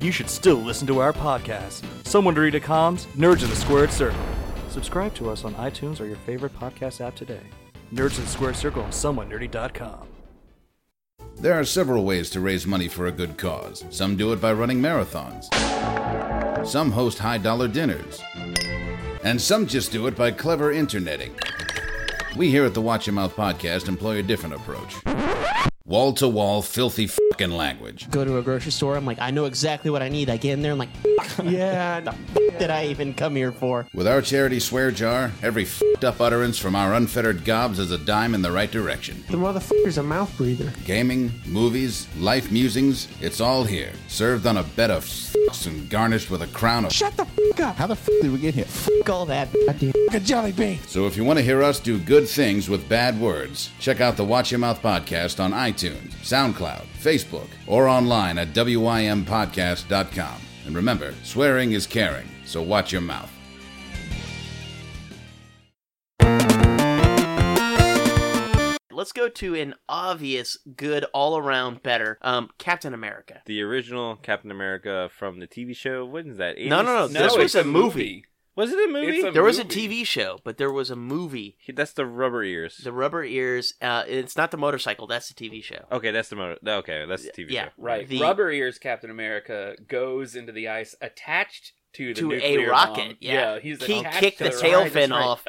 Speaker 5: You should still listen to our podcast. SomewhatNerdy.com's Nerds in the Squared Circle. Subscribe to us on iTunes or your favorite podcast app today. Nerds in the Squared Circle on SomewhatNerdy.com.
Speaker 6: There are several ways to raise money for a good cause. Some do it by running marathons, some host high dollar dinners, and some just do it by clever interneting. We here at the Watch Your Mouth podcast employ a different approach wall to wall, filthy fing language.
Speaker 7: go to a grocery store. I'm like, I know exactly what I need. I get in there. I'm like, yeah, the f- did I even come here for?
Speaker 6: With our charity swear jar, every fed up utterance from our unfettered gobs is a dime in the right direction.
Speaker 7: The motherfucker's a mouth breather.
Speaker 6: Gaming, movies, life musings, it's all here, served on a bed of f's and garnished with a crown of
Speaker 7: Shut the f- up.
Speaker 6: How the f did we get here?
Speaker 7: F- all that. Goddamn. F- a jelly bean.
Speaker 6: So if you want to hear us do good things with bad words, check out the Watch Your Mouth podcast on iTunes, SoundCloud, Facebook, or online at WIMPodcast.com. And remember, swearing is caring, so watch your mouth.
Speaker 2: Let's go to an obvious good all around better um, Captain America.
Speaker 1: The original Captain America from the TV show. When is that?
Speaker 2: No, no, no.
Speaker 1: 80s?
Speaker 2: This
Speaker 1: it's-
Speaker 2: was a movie.
Speaker 1: Was it a movie?
Speaker 3: It's a-
Speaker 2: There was a
Speaker 3: movie.
Speaker 2: TV show, but there was a movie.
Speaker 1: He- That's the rubber ears.
Speaker 2: The Rubber Ears. Uh, it's not the motorcycle. That's the TV show.
Speaker 3: Oh,
Speaker 1: Okay, that's the motor. Okay, that's the TV
Speaker 2: yeah,
Speaker 1: show.
Speaker 3: Right.
Speaker 2: The-
Speaker 3: Rubber ears Captain America goes into the ice attached to the
Speaker 2: to a
Speaker 3: nuclear
Speaker 2: rocket.
Speaker 3: bomb.
Speaker 2: Yeah.
Speaker 3: he's
Speaker 2: he
Speaker 3: attached
Speaker 2: kicked
Speaker 3: to
Speaker 2: the,
Speaker 3: the
Speaker 2: tail
Speaker 3: rocket.
Speaker 2: fin
Speaker 3: That's right.
Speaker 2: off,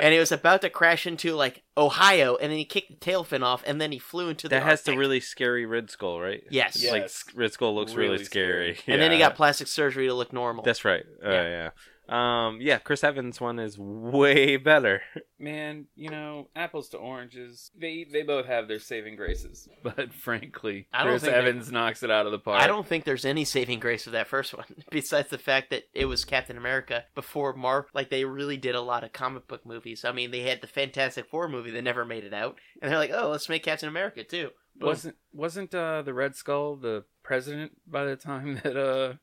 Speaker 2: and it was about to crash into like Ohio, and then he kicked the tail fin off, and then he flew into the
Speaker 1: That has the
Speaker 2: Arctic.
Speaker 1: really scary Red Skull, right?
Speaker 2: Yes.
Speaker 1: Like
Speaker 3: Yes.
Speaker 1: Red Skull looks really,
Speaker 3: Really
Speaker 1: scary.
Speaker 3: scary.
Speaker 2: And then he
Speaker 1: Yeah.
Speaker 2: got plastic surgery to look normal.
Speaker 1: That's right. Uh, yeah.
Speaker 2: Yeah.
Speaker 1: Um. Yeah. Chris Evans one is way better,
Speaker 3: Man, you know, apples to oranges. They they both have their saving graces. But frankly,
Speaker 2: I don't
Speaker 3: Chris
Speaker 2: think they-
Speaker 3: Evans knocks it out of the park.
Speaker 2: I don't think there's any saving grace for that first one, besides the fact that it was Captain America before Marvel. Like they really did a lot of comic book movies. I mean, they had the Fantastic Four movie that never made it out, and they're like, "Oh, let's make Captain America too." Boom.
Speaker 3: wasn't wasn't uh, the Red Skull the president by the time that uh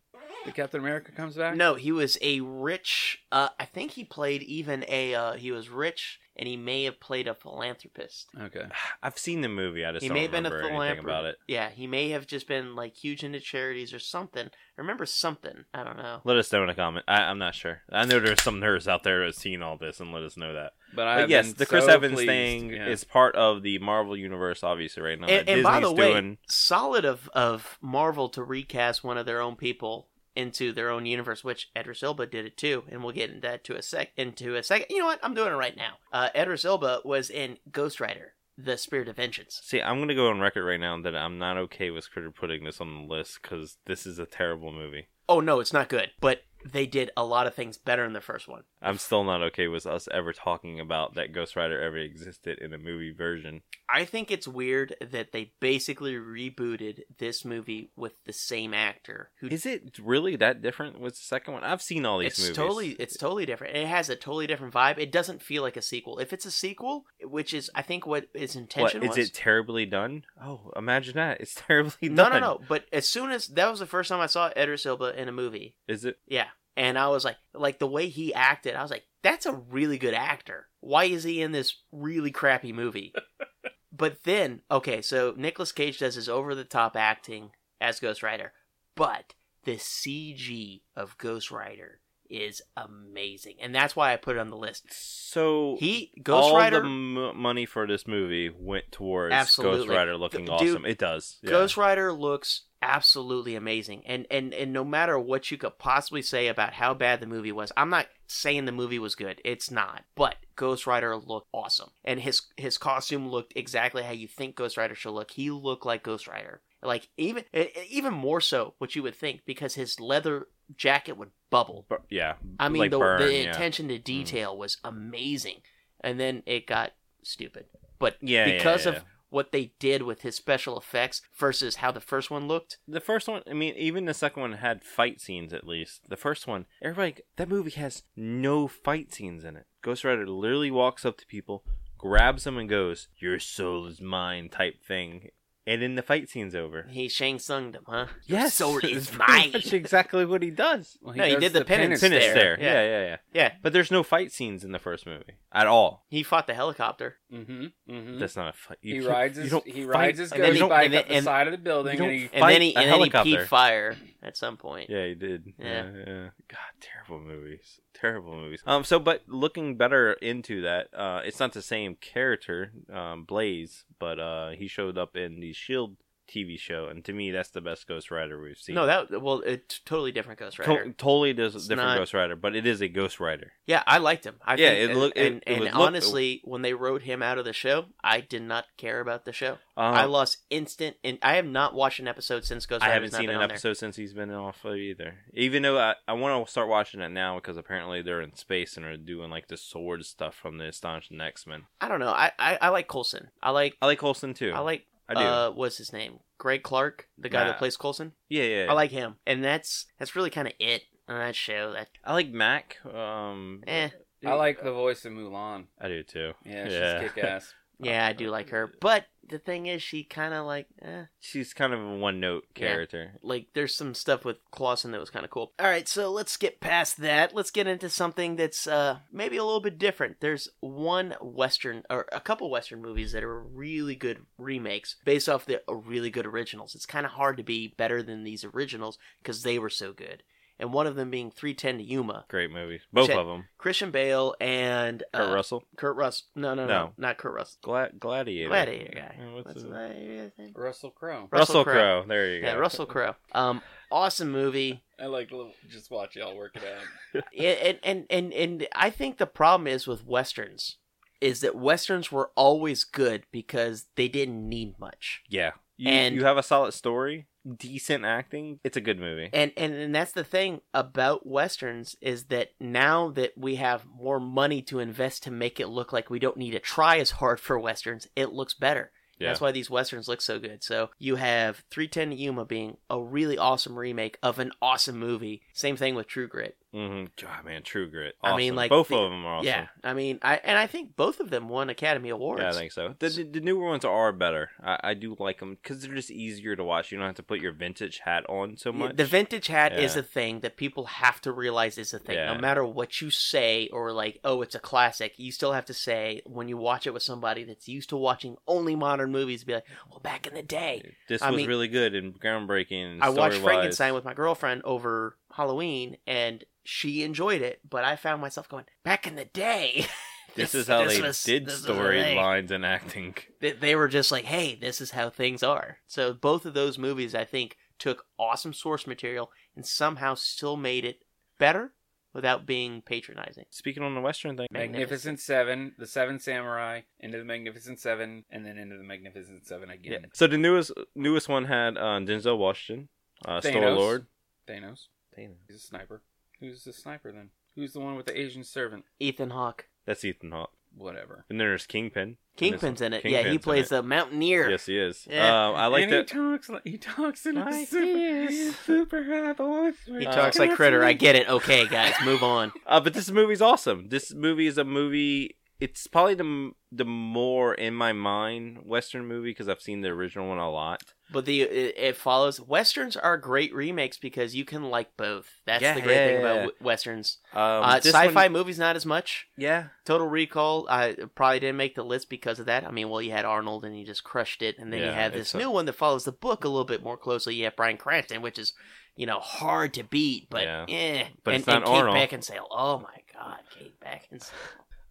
Speaker 3: the Captain America comes back?
Speaker 2: No, he was a rich. Uh, I think he played even a. Uh, he was rich, and he may have played a philanthropist.
Speaker 3: Okay.
Speaker 1: I've seen the movie. I just
Speaker 2: he
Speaker 1: don't
Speaker 2: may have been a
Speaker 1: remember anything
Speaker 2: philanthropist.
Speaker 1: about it.
Speaker 2: Yeah, he may have just been like huge into charities or something. I remember something. I don't know.
Speaker 1: Let us know in a comment. I, I'm not sure. I know there's some nerds out there who's seen all this, and let us know that.
Speaker 3: But I
Speaker 1: But
Speaker 3: have
Speaker 1: yes,
Speaker 3: been
Speaker 1: the Chris
Speaker 3: so
Speaker 1: Evans
Speaker 3: pleased.
Speaker 1: thing
Speaker 3: Yeah.
Speaker 1: is part of the Marvel universe, obviously, right now.
Speaker 2: and,
Speaker 1: that
Speaker 2: and by the
Speaker 1: Disney's
Speaker 2: way,
Speaker 1: doing-
Speaker 2: solid of of Marvel to recast one of their own people into their own universe, which Edris Elba did it too, and we'll get into that to a sec into a second. You know what? I'm doing it right now. Uh, Edris Elba was in Ghost Rider: The Spirit of Vengeance.
Speaker 1: See, I'm gonna go on record right now that I'm not okay with Critter putting this on the list because this is a terrible movie.
Speaker 2: Oh no, it's not good, but they did a lot of things better in the first one.
Speaker 1: I'm still not okay with us ever talking about that Ghost Rider ever existed in a movie version.
Speaker 2: I think it's weird that they basically rebooted this movie with the same actor who
Speaker 1: Is it really that different with the second one? I've seen all these
Speaker 2: it's
Speaker 1: movies.
Speaker 2: totally it's totally different. It has a totally different vibe. It doesn't feel like a sequel. If it's a sequel, which is I think what his
Speaker 1: what
Speaker 2: intention
Speaker 1: is
Speaker 2: was.
Speaker 1: it terribly done? Oh, imagine that! It's terribly
Speaker 2: no,
Speaker 1: done.
Speaker 2: no, no. But as soon as that was the first time I saw Edris Silva in a movie,
Speaker 1: Is it?
Speaker 2: yeah, and I was like, like the way he acted, I was like, that's a really good actor. Why is he in this really crappy movie? but then, okay, so Nicolas Cage does his over the top acting as Ghost Rider, but the CG of Ghost Rider is amazing, and that's why I put it on the list.
Speaker 1: So
Speaker 2: He Ghost
Speaker 1: all
Speaker 2: Rider
Speaker 1: the m- money for this movie went towards
Speaker 2: Absolutely.
Speaker 1: Ghost Rider looking
Speaker 2: Dude,
Speaker 1: awesome. It does. Yeah.
Speaker 2: Ghost Rider looks absolutely amazing, and and and no matter what you could possibly say about how bad the movie was, I'm not saying the movie was good. It's not, but Ghost Rider looked awesome, and his his costume looked exactly how you think Ghost Rider should look. He looked like Ghost Rider, like even e- e- even more so what you would think because his leather jacket would bubble.
Speaker 1: Bu- yeah.
Speaker 2: I mean,
Speaker 1: like
Speaker 2: the,
Speaker 1: burn,
Speaker 2: the
Speaker 1: yeah. Mm-hmm.
Speaker 2: attention to detail was amazing, and then it got stupid. But
Speaker 1: Yeah, yeah,
Speaker 2: because
Speaker 1: yeah.
Speaker 2: of what they did with his special effects versus how the first one looked,
Speaker 1: The first one, I mean, even the second one had fight scenes at least. The first one, everybody, that movie has no fight scenes in it. Ghost Rider literally walks up to people, grabs them, and goes, Your soul is mine, type thing. And then the fight scene's over.
Speaker 2: he Shang Tsunged him, huh?
Speaker 1: Yes,
Speaker 2: so
Speaker 1: it's
Speaker 2: is
Speaker 1: pretty
Speaker 2: mine.
Speaker 1: much exactly what he does.
Speaker 3: Well,
Speaker 2: No, he
Speaker 3: does
Speaker 2: did the penance
Speaker 1: Pin is
Speaker 2: there.
Speaker 1: there.
Speaker 2: Yeah.
Speaker 1: Yeah. yeah, yeah,
Speaker 2: Yeah,
Speaker 1: But there's no fight scenes in the first movie at all.
Speaker 2: he fought the helicopter.
Speaker 3: Mm-hmm.
Speaker 2: Hmm.
Speaker 3: Mm-hmm.
Speaker 1: That's not a fight. You
Speaker 3: he
Speaker 1: can't-
Speaker 3: rides
Speaker 1: you
Speaker 3: his
Speaker 1: don't
Speaker 3: he
Speaker 1: fight-
Speaker 3: rides his
Speaker 2: and then
Speaker 3: ghost
Speaker 2: he-
Speaker 3: bike
Speaker 2: and then-
Speaker 3: up the
Speaker 2: and-
Speaker 3: side of the building,
Speaker 1: you
Speaker 3: and
Speaker 1: don't
Speaker 3: he
Speaker 2: And then
Speaker 1: Fight
Speaker 2: he
Speaker 1: a
Speaker 2: and then he
Speaker 1: helicopter.
Speaker 2: peed fire at some point.
Speaker 1: Yeah, he did.
Speaker 2: Yeah.
Speaker 1: Yeah. yeah. God, terrible movies. Terrible movies. Um, so but looking better into that, uh, it's not the same character, um, Blaze, but uh, he showed up in the Shield TV show, and to me, that's the best Ghost Rider we've seen.
Speaker 2: No, that well, it's totally different Ghost
Speaker 1: To-
Speaker 2: Rider.
Speaker 1: totally does
Speaker 2: It's
Speaker 1: different
Speaker 2: not-
Speaker 1: Ghost Rider, but it is a Ghost Rider.
Speaker 2: yeah, I liked him. I
Speaker 1: Yeah,
Speaker 2: think,
Speaker 1: it look- it-
Speaker 2: and,
Speaker 1: it
Speaker 2: and
Speaker 1: was look-
Speaker 2: honestly, when they wrote him out of the show, I did not care about the show.
Speaker 1: Um,
Speaker 2: I lost instant, and I have not watched an episode since Ghost
Speaker 1: I
Speaker 2: Rider.
Speaker 1: haven't seen an episode since he's been off of either. Even though I, I want to start watching it now because apparently they're in space and are doing like the sword stuff from the Astonishing X Men.
Speaker 2: I don't know. I, I, I like Colson. I like
Speaker 1: I like Colson too.
Speaker 2: I like
Speaker 1: I do.
Speaker 2: uh what's his name? Greg Clark, the guy that
Speaker 1: Nah.
Speaker 2: plays Colson.
Speaker 1: yeah, yeah.
Speaker 2: I like him. And that's that's really kinda it on that show. That
Speaker 1: I like Mac. Um,
Speaker 2: eh,
Speaker 3: I like the voice of Mulan.
Speaker 1: I do too.
Speaker 3: Yeah, she's kick ass.
Speaker 2: yeah, I do like her. But the thing is she kinda like eh.
Speaker 1: She's kind of a one note
Speaker 2: Yeah.
Speaker 1: character.
Speaker 2: Like there's some stuff with Clausen that was kinda cool. Alright, so let's get past that. Let's get into something that's uh maybe a little bit different. There's one Western or a couple Western movies that are really good remakes based off the uh, really good originals. It's kinda hard to be better than these originals because they were so good. And one of them being 310 to Yuma.
Speaker 1: Great movies, both
Speaker 2: Check.
Speaker 1: of them.
Speaker 2: Christian Bale and uh,
Speaker 1: Kurt Russell,
Speaker 2: Kurt Russ. No, no, no,
Speaker 1: No.
Speaker 2: not Kurt Russ.
Speaker 1: Gla- Gladiator,
Speaker 2: Gladiator guy.
Speaker 1: Yeah, what's
Speaker 2: What's
Speaker 1: his-
Speaker 2: that guy's name?
Speaker 3: Russell Crowe.
Speaker 2: Russell
Speaker 1: Russell
Speaker 2: Crowe.
Speaker 1: Crowe. There you go.
Speaker 2: Yeah, Russell Crowe. Um, awesome movie.
Speaker 3: I like the little, just watch y'all work it out.
Speaker 2: And, and and and I think the problem is with westerns is that westerns were always good because they didn't need much.
Speaker 1: Yeah, you,
Speaker 2: And-
Speaker 1: you have a solid story, decent acting. It's a good movie.
Speaker 2: And, and and that's the thing about westerns is that now that we have more money to invest to make it look like we don't need to try as hard for westerns, it looks better.
Speaker 1: Yeah.
Speaker 2: That's why these westerns look so good. So you have 310 to Yuma being a really awesome remake of an awesome movie. Same thing with True Grit.
Speaker 1: hmm God, man, True Grit.
Speaker 2: I mean,
Speaker 1: Awesome.
Speaker 2: like,
Speaker 1: both
Speaker 2: the-
Speaker 1: of them are awesome.
Speaker 2: Yeah, I mean, I and I think both of them won Academy Awards.
Speaker 1: Yeah, I think so. The, the, the newer ones are better. I, I do like them because they're just easier to watch. You don't have to put your vintage hat on so
Speaker 2: Yeah,
Speaker 1: much.
Speaker 2: The vintage hat is
Speaker 1: Yeah.
Speaker 2: a thing that people have to realize is a thing. No
Speaker 1: Yeah.
Speaker 2: matter what you say or like, oh, it's a classic, you still have to say when you watch it with somebody that's used to watching only modern movies, be like, well, back in the day,
Speaker 1: this
Speaker 2: I
Speaker 1: was
Speaker 2: mean-
Speaker 1: really good and groundbreaking. And
Speaker 2: I watched
Speaker 1: story-wise.
Speaker 2: Frankenstein with my girlfriend over Halloween, and she enjoyed it. But I found myself going back in the day.
Speaker 1: This, is how
Speaker 2: this
Speaker 1: they
Speaker 2: was-
Speaker 1: did
Speaker 2: this was the thing.
Speaker 1: storylines and acting.
Speaker 2: They, they were just like, "Hey, this is how things are." So both of those movies, I think, took awesome source material and somehow still made it better without being patronizing.
Speaker 1: Speaking on the Western thing,
Speaker 2: Magnificent.
Speaker 3: Magnificent Seven, The Seven Samurai, into the Magnificent Seven, and then into the Magnificent Seven
Speaker 1: Yeah.
Speaker 3: again.
Speaker 1: So the newest newest one had uh, Denzel Washington, uh, Star
Speaker 3: Thanos.
Speaker 1: Lord.
Speaker 3: Thanos. He's a sniper. Who's the sniper then? Who's the one with the Asian servant?
Speaker 2: Ethan Hawke,
Speaker 1: That's Ethan Hawke.
Speaker 3: Whatever.
Speaker 1: And then there's Kingpin.
Speaker 2: Kingpin's in
Speaker 1: And
Speaker 2: it.
Speaker 1: there's-
Speaker 2: yeah, he
Speaker 1: Kingpin's in
Speaker 2: plays
Speaker 1: it.
Speaker 2: the mountaineer.
Speaker 1: Yes, he is.
Speaker 2: Yeah.
Speaker 1: Um, I like
Speaker 3: and
Speaker 1: that.
Speaker 3: He talks like he talks in
Speaker 1: I
Speaker 3: a super,
Speaker 1: see.
Speaker 3: super high voice.
Speaker 2: He talks like Critter. I get it. Okay, guys, move on.
Speaker 1: Uh, but this movie's awesome. This movie is a movie. It's probably the m- the more in my mind Western movie because I've seen the original one a lot.
Speaker 2: But the it, it follows westerns are great remakes because you can like both. That's
Speaker 1: Yeah,
Speaker 2: the great
Speaker 1: yeah,
Speaker 2: thing
Speaker 1: yeah,
Speaker 2: about
Speaker 1: yeah.
Speaker 2: w- westerns.
Speaker 1: Um,
Speaker 2: uh,
Speaker 1: this
Speaker 2: sci-fi
Speaker 1: one-
Speaker 2: movies not as much.
Speaker 1: yeah.
Speaker 2: Total Recall, I probably didn't make the list because of that. I mean, well, you had Arnold and he just crushed it, and then you
Speaker 1: Yeah,
Speaker 2: have this
Speaker 1: it's a-
Speaker 2: new one that follows the book a little bit more closely. You have Brian Cranston, which is, you know, hard to beat, but
Speaker 1: Yeah.
Speaker 2: eh.
Speaker 1: But
Speaker 2: and,
Speaker 1: it's not
Speaker 2: and Kate
Speaker 1: Arnold.
Speaker 2: Beckinsale. Oh my God, Kate Beckinsale.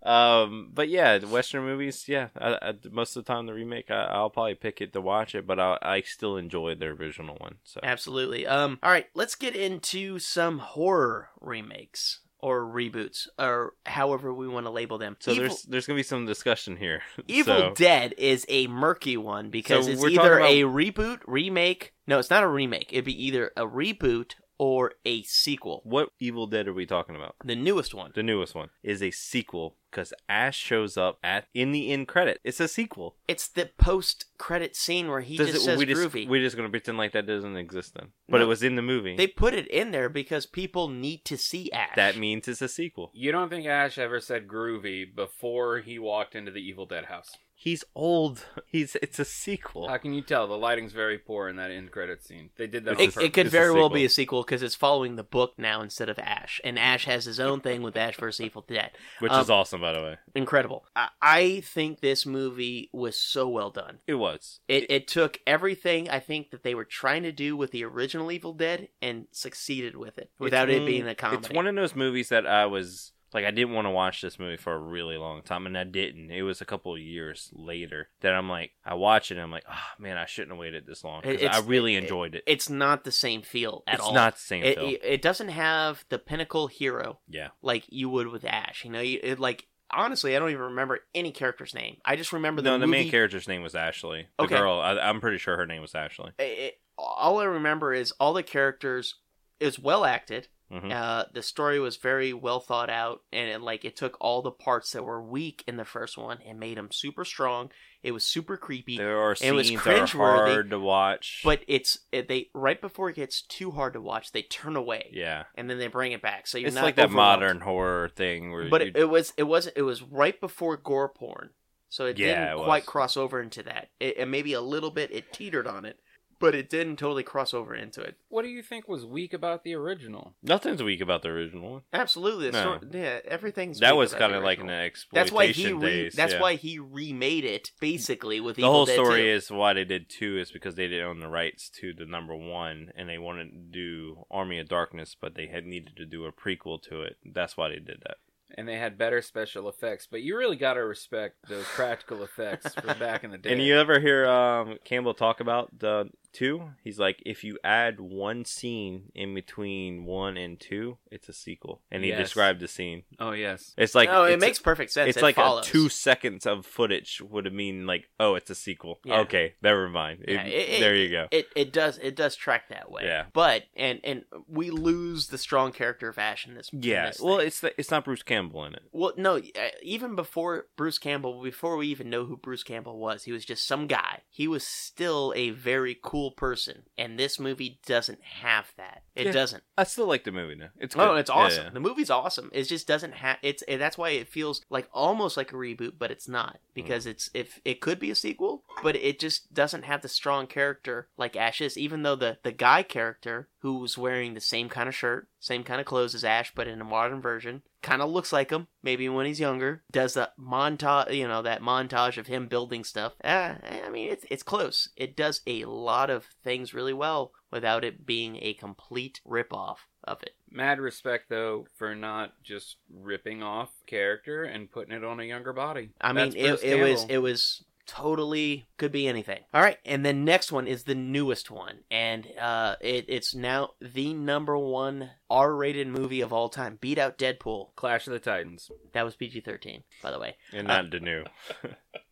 Speaker 1: Um, but yeah, the Western movies. Yeah, I, I, most of the time the remake, I, I'll probably pick it to watch it, but I, I still enjoy the original one. So
Speaker 2: Absolutely. Um. All right, let's get into some horror remakes or reboots or however we want to label them.
Speaker 1: So
Speaker 2: Evil-
Speaker 1: there's there's gonna be some discussion here.
Speaker 2: Evil
Speaker 1: so,
Speaker 2: Dead is a murky one because
Speaker 1: So
Speaker 2: it's
Speaker 1: we're talking
Speaker 2: either a reboot, remake. No, it's not a remake. It'd be either a reboot or a sequel.
Speaker 1: what Evil Dead are we talking about?
Speaker 2: The newest one.
Speaker 1: The newest one is a sequel because Ash shows up at in the end credit. It's a sequel.
Speaker 2: It's the post-credit scene where he just says
Speaker 1: we just
Speaker 2: groovy.
Speaker 1: we're just gonna pretend like that doesn't exist then, but
Speaker 2: No.
Speaker 1: it was in the movie.
Speaker 2: They put it in there because people need to see Ash.
Speaker 1: that means it's a sequel.
Speaker 3: You don't think Ash ever said groovy before he walked into the Evil Dead house?
Speaker 1: He's old. He's it's a sequel.
Speaker 2: Uh,
Speaker 3: How can you tell? The lighting's very poor in that end credit scene. They did that. on
Speaker 2: it,
Speaker 3: purpose.
Speaker 2: it could
Speaker 1: It's a
Speaker 2: very well
Speaker 1: sequel.
Speaker 2: be a sequel because it's following the book now instead of Ash, and Ash has his own thing with Ash versus Evil Dead.
Speaker 1: which
Speaker 2: um,
Speaker 1: is awesome, by the way.
Speaker 2: Incredible. I, I think this movie was so well done.
Speaker 1: It was.
Speaker 2: It, it took everything I think that they were trying to do with the original Evil Dead and succeeded with it without
Speaker 1: It's
Speaker 2: it
Speaker 1: one-
Speaker 2: being a comedy.
Speaker 1: It's one of those movies that I was like, I didn't want to watch this movie for a really long time, and I didn't. It was a couple of years later that I'm like, I watch it, and I'm like, oh man, I shouldn't have waited this long. 'cause
Speaker 2: It- it's-
Speaker 1: I really
Speaker 2: it-
Speaker 1: enjoyed it.
Speaker 2: it's not the same feel at
Speaker 1: it's
Speaker 2: all.
Speaker 1: not the same
Speaker 2: It,
Speaker 1: film.
Speaker 2: it, it doesn't have the pinnacle hero
Speaker 1: yeah,
Speaker 2: like you would with Ash. You know, you, it, like honestly, I don't even remember any character's name. I just remember the
Speaker 1: no, the
Speaker 2: movie.
Speaker 1: main character's name was Ashley. The
Speaker 2: Okay.
Speaker 1: girl, I, I'm pretty sure her name was Ashley.
Speaker 2: it- it- all I remember is all the characters is well acted.
Speaker 1: Mhm.
Speaker 2: Uh, the story was very well thought out, and it, like it took all the parts that were weak in the first one and made them super strong. It was super creepy,
Speaker 1: There are
Speaker 2: It was
Speaker 1: scenes that are
Speaker 2: cringeworthy,
Speaker 1: hard to watch,
Speaker 2: but it's it, they right before it gets too hard to watch, they turn away
Speaker 1: yeah,
Speaker 2: and then they bring it back. So you're
Speaker 1: it's
Speaker 2: not
Speaker 1: like that
Speaker 2: overwhelmed.
Speaker 1: modern horror thing where,
Speaker 2: But
Speaker 1: you-
Speaker 2: it, it was it wasn't it was right before gore porn, so it
Speaker 1: Yeah, it
Speaker 2: didn't
Speaker 1: was.
Speaker 2: quite cross over into that. It, and maybe a little bit it teetered on it, but it didn't totally cross over into it.
Speaker 3: What do you think was weak about the original?
Speaker 1: nothing's weak about the original one.
Speaker 2: Absolutely, the
Speaker 1: No.
Speaker 2: story- yeah, everything's
Speaker 1: That
Speaker 2: weak
Speaker 1: was
Speaker 2: about the
Speaker 1: kind of like an
Speaker 2: original.
Speaker 1: exploitation
Speaker 2: That's why he re-
Speaker 1: days.
Speaker 2: that's
Speaker 1: yeah.
Speaker 2: why he remade it basically with
Speaker 1: the
Speaker 2: Evil
Speaker 1: whole
Speaker 2: Dead
Speaker 1: story
Speaker 2: 2.
Speaker 1: is why they did two is because they didn't own the rights to the number one and they wanted to do army of darkness but they had needed to do a prequel to it that's why they did that
Speaker 3: And they had better special effects, but you really gotta respect those practical effects from back in the day.
Speaker 1: and you ever hear um, campbell talk about the two he's like if you add one scene in between one and two it's a sequel and he
Speaker 3: Yes.
Speaker 1: described the scene
Speaker 3: oh yes,
Speaker 1: it's like
Speaker 2: no, it
Speaker 1: it's-
Speaker 2: makes perfect sense.
Speaker 1: it's
Speaker 2: It
Speaker 1: like
Speaker 2: follows.
Speaker 1: a two seconds of footage would mean like oh it's a sequel
Speaker 2: Yeah.
Speaker 1: okay never mind It-
Speaker 2: Yeah, it- it-
Speaker 1: there you go
Speaker 2: It it does it does track that way.
Speaker 1: Yeah.
Speaker 2: But and and we lose the strong character of Ash in this. in
Speaker 1: yeah
Speaker 2: this
Speaker 1: well
Speaker 2: thing.
Speaker 1: it's the, it's not bruce campbell in it
Speaker 2: well no uh, even before Bruce Campbell before we even know who Bruce Campbell was he was just some guy. He was still a very cool person, and this movie doesn't have that. It
Speaker 1: Yeah.
Speaker 2: doesn't.
Speaker 1: I still like the movie now. It's good.
Speaker 2: Oh, it's
Speaker 1: Yeah,
Speaker 2: awesome.
Speaker 1: yeah.
Speaker 2: The movie's awesome. It just doesn't have it's and that's why it feels like almost like a reboot, but it's not because
Speaker 1: Mm.
Speaker 2: it's if it could be a sequel, but it just doesn't have the strong character like Ash is. Even though the the guy character who was wearing the same kind of shirt, same kind of clothes as Ash, but in a modern version, kind of looks like him. Maybe when he's younger, does the montage, you know, that montage of him building stuff. Ah, I mean, it's it's close. It does a lot of things really well without it being a complete ripoff of it.
Speaker 3: mad respect though for not just ripping off character and putting it on a younger body.
Speaker 2: I mean,
Speaker 3: That's
Speaker 2: it,
Speaker 3: Bruce
Speaker 2: it was
Speaker 3: Campbell.
Speaker 2: it was totally could be anything. All right, and then next one is the newest one, and uh, it, it's now the number one R-rated movie of all time. Beat out Deadpool.
Speaker 3: Clash of the Titans.
Speaker 2: That was PG-13, by the way.
Speaker 1: And not the new.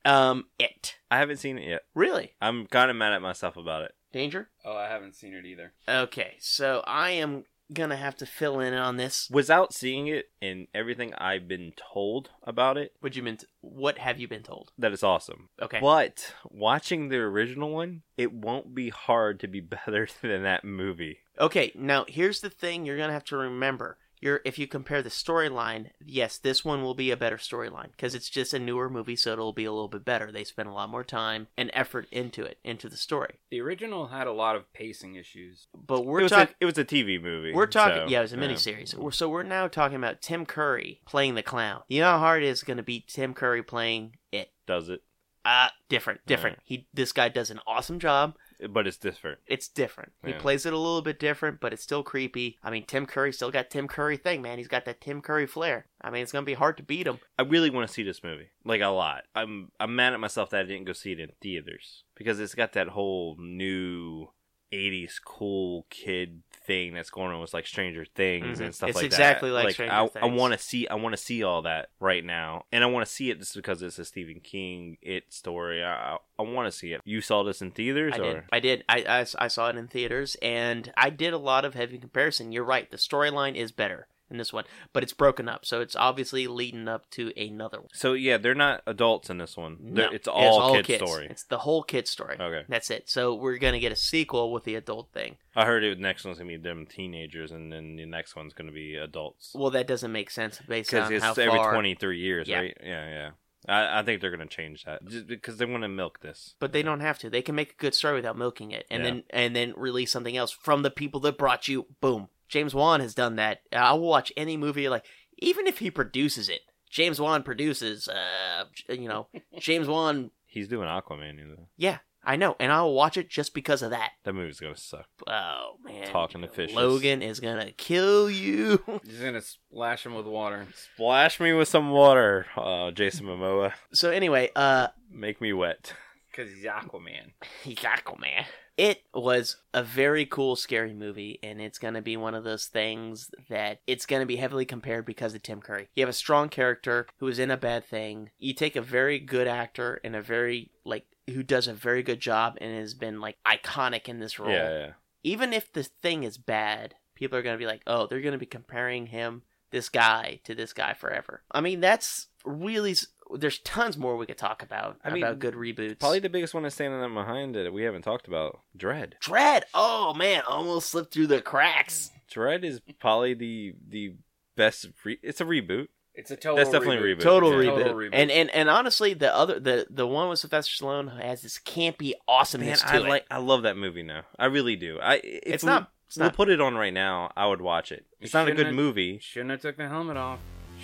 Speaker 2: Um, it
Speaker 1: I haven't seen it yet.
Speaker 2: really
Speaker 1: I'm kind of mad at myself about it.
Speaker 2: danger.
Speaker 3: Oh, I haven't seen it either.
Speaker 2: Okay, so I am gonna have to fill in on this.
Speaker 1: Without seeing it and everything I've been told about it,
Speaker 2: What you meant? What have you been told?
Speaker 1: that it's awesome.
Speaker 2: Okay.
Speaker 1: But watching the original one, it won't be hard to be better than that movie.
Speaker 2: Okay, now here's the thing you're gonna have to remember. You're if you compare the storyline, yes, this one will be a better storyline because it's just a newer movie, so it'll be a little bit better. They spent a lot more time and effort into it, into the story.
Speaker 3: The original had a lot of pacing issues.
Speaker 2: But
Speaker 1: it,
Speaker 2: we're
Speaker 1: was
Speaker 2: talking.
Speaker 1: a, it was a TV movie.
Speaker 2: We're
Speaker 1: so,
Speaker 2: talking, yeah, it was a miniseries. We're- So we're now talking about Tim Curry playing the clown. You know how hard it is going to be Tim Curry playing it. Ah,
Speaker 1: Does it?
Speaker 2: Uh, different, different. He, this guy does an awesome job.
Speaker 1: but it's different.
Speaker 2: It's different.
Speaker 1: Yeah.
Speaker 2: He plays it a little bit different, but it's still creepy. I mean, Tim Curry still got Tim Curry thing, man. He's got that Tim Curry flair. I mean, it's gonna be hard to beat him.
Speaker 1: I really want to see this movie, like a lot. I'm I'm mad at myself that I didn't go see it in theaters because it's got that whole new '80s cool kid thing that's going on with like Stranger Things and
Speaker 2: Mhm.
Speaker 1: stuff
Speaker 2: It's
Speaker 1: like
Speaker 2: exactly
Speaker 1: that.
Speaker 2: like Stranger
Speaker 1: I, I
Speaker 2: Things.
Speaker 1: want to see I want to see all that right now, and I want to see it just because it's a Stephen King it story. I I, I want to see it. You saw this in theaters,
Speaker 2: I
Speaker 1: or
Speaker 2: did. I did. I, I s- I saw it in theaters, and I did a lot of heavy comparison. You're right. The storyline is better in this one, but it's broken up, so it's obviously leading up to another one.
Speaker 1: so yeah, they're not adults in this one.
Speaker 2: No,
Speaker 1: They're- it's all, kid
Speaker 2: kids.
Speaker 1: story.
Speaker 2: It's the whole kid story.
Speaker 1: Okay.
Speaker 2: That's it. So we're gonna get a sequel with the adult thing.
Speaker 1: I heard it, next one's gonna be them teenagers, and then the next one's gonna be adults.
Speaker 2: Well, that doesn't make sense based
Speaker 1: because
Speaker 2: on
Speaker 1: it's
Speaker 2: how
Speaker 1: every
Speaker 2: far.
Speaker 1: 23 years
Speaker 2: Yeah.
Speaker 1: right yeah yeah I, I think they're gonna change that just because they want to milk this
Speaker 2: But they don't have to. They can make a good story without milking it, and
Speaker 1: Yeah.
Speaker 2: then and then release something else from the people that brought you. Boom. James Wan has done that. I'll watch any movie like even if he produces it. James Wan produces, uh, you know, James Wan.
Speaker 1: he's doing aquaman you know
Speaker 2: Yeah, I know, and I'll watch it just because of that.
Speaker 1: that movie's gonna suck
Speaker 2: Oh man,
Speaker 1: Talking to fishes.
Speaker 2: Logan is gonna kill you.
Speaker 3: He's gonna splash him with water.
Speaker 1: splash me with some water uh jason momoa
Speaker 2: so anyway, uh,
Speaker 1: make me wet
Speaker 3: Because he's Aquaman.
Speaker 2: He's Aquaman. It was a very cool, scary movie, and it's going to be one of those things that it's going to be heavily compared because of Tim Curry. You have a strong character who is in a bad thing. You take a very good actor and a very, like, who does a very good job and has been, like, iconic in this role.
Speaker 1: yeah yeah
Speaker 2: Even if the thing is bad, people are going to be like, oh, they're going to be comparing him, this guy, to this guy forever. I mean, that's really. s- There's tons more we could talk about
Speaker 1: I mean,
Speaker 2: about good reboots.
Speaker 1: probably the biggest one that's standing up behind it that we haven't talked about dread
Speaker 2: Dread. Oh man, almost slipped through the cracks.
Speaker 1: dread is probably the the best re- it's a reboot
Speaker 3: It's a total.
Speaker 1: that's definitely a reboot,
Speaker 2: Total
Speaker 1: Yeah.
Speaker 2: reboot.
Speaker 3: Total reboot.
Speaker 2: And and and honestly, the other the the one with Sylvester Stallone has this campy
Speaker 1: man
Speaker 2: awesomeness
Speaker 1: i
Speaker 2: to it.
Speaker 1: like i love that movie now i really do i if
Speaker 2: it's
Speaker 1: we-
Speaker 2: not. It's
Speaker 1: we'll
Speaker 2: not.
Speaker 1: put it on right now i would watch it it's not a good
Speaker 3: shouldn't-
Speaker 1: movie
Speaker 3: Shouldn't have took the helmet off.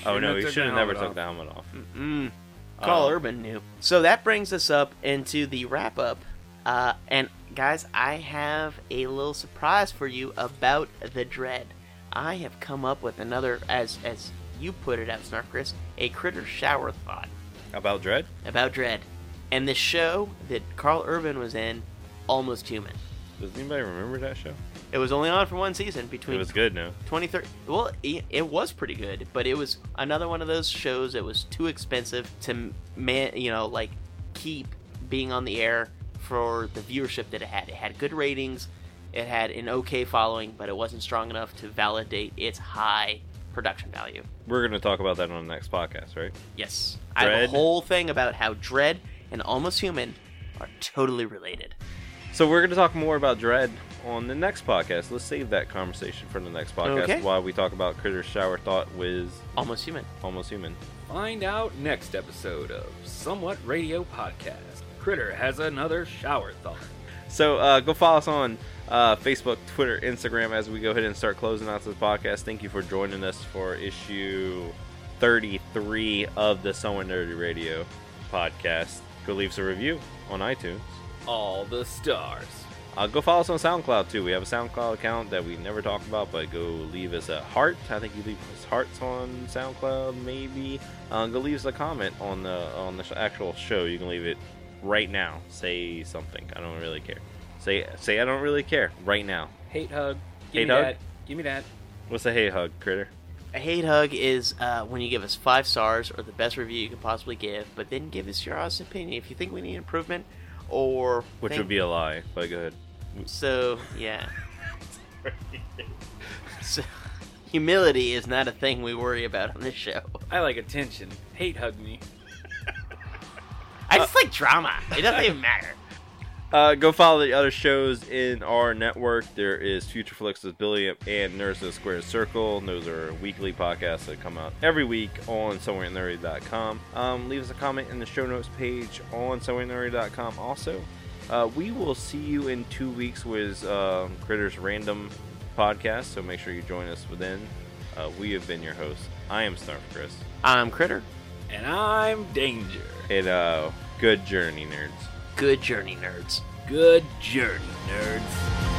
Speaker 1: Oh no, he
Speaker 3: took the
Speaker 1: should have never
Speaker 3: helmet
Speaker 1: took the helmet off.
Speaker 2: Mm, Carl Urban knew. So that brings us up into the wrap up. Uh, and guys, I have a little surprise for you about the Dread. I have come up with another, as as you put it out, Snarf Chris, a critter shower thought.
Speaker 1: About Dread?
Speaker 2: about Dread and the show that Carl Urban was in, Almost Human.
Speaker 1: Does anybody remember that show?
Speaker 2: It was only on for one season
Speaker 1: It
Speaker 2: between
Speaker 1: was good, no?
Speaker 2: 23. Well, i- it was pretty good, but it was another one of those shows that was too expensive to m- man, you know, like keep being on the air for the viewership that it had. It had good ratings, it had an okay following, but it wasn't strong enough to validate its high production value.
Speaker 1: We're gonna talk about that on the next podcast, right?
Speaker 2: Yes. I have
Speaker 1: Dread.
Speaker 2: a whole thing about how Dread and Almost Human are totally related.
Speaker 1: So we're gonna talk more about Dread on the next podcast. Let's save that conversation for the next podcast
Speaker 2: Okay.
Speaker 1: while we talk about Critter Shower Thought Wiz
Speaker 2: Almost Human.
Speaker 1: Almost Human.
Speaker 3: Find out next episode of Somewhat Radio Podcast. Critter has another shower thought.
Speaker 1: So uh, go follow us on uh, Facebook, Twitter, Instagram as we go ahead and start closing out this podcast. Thank you for joining us for issue 33 of the So and Nerdy Radio podcast. Go leave us a review on iTunes.
Speaker 3: All the stars.
Speaker 1: Uh, go follow us on SoundCloud too. We have a SoundCloud account that we never talk about, but go leave us a heart. I think you leave us hearts on SoundCloud, maybe. Uh, go leave us a comment on the on the sh- actual show. You can leave it right now. Say something. I don't really care. Say say I don't really care right now.
Speaker 3: Hate hug. Give
Speaker 1: Hate
Speaker 3: me
Speaker 1: hug?
Speaker 3: that. Give me that.
Speaker 1: What's a hey hug, critter?
Speaker 2: A hate hug is uh, when you give us five stars or the best review you can possibly give, but then give us your honest opinion. If you think we need improvement or.
Speaker 1: Which
Speaker 2: think-
Speaker 1: would be a lie, but go ahead.
Speaker 2: So, yeah. so, humility is not a thing we worry about on this show.
Speaker 1: Uh,
Speaker 3: I like attention. Hate hug me.
Speaker 2: I just like drama. It doesn't even matter.
Speaker 1: Uh, go follow the other shows in our network. There is Future Flicks with Billy and Nerds of the Square Circle. Those are weekly podcasts that come out every week on somewhereinnerdy.com. Um, leave us a comment in the show notes page on somewhereinnerdy.com also. Uh, we will see you in two weeks with um, Critter's Random podcast, so make sure you join us within. Uh, we have been your hosts. I am Snarf Chris.
Speaker 2: I'm Critter.
Speaker 3: And I'm danger.
Speaker 1: And uh, good journey, nerds.
Speaker 2: Good journey, nerds.
Speaker 8: Good journey, nerds.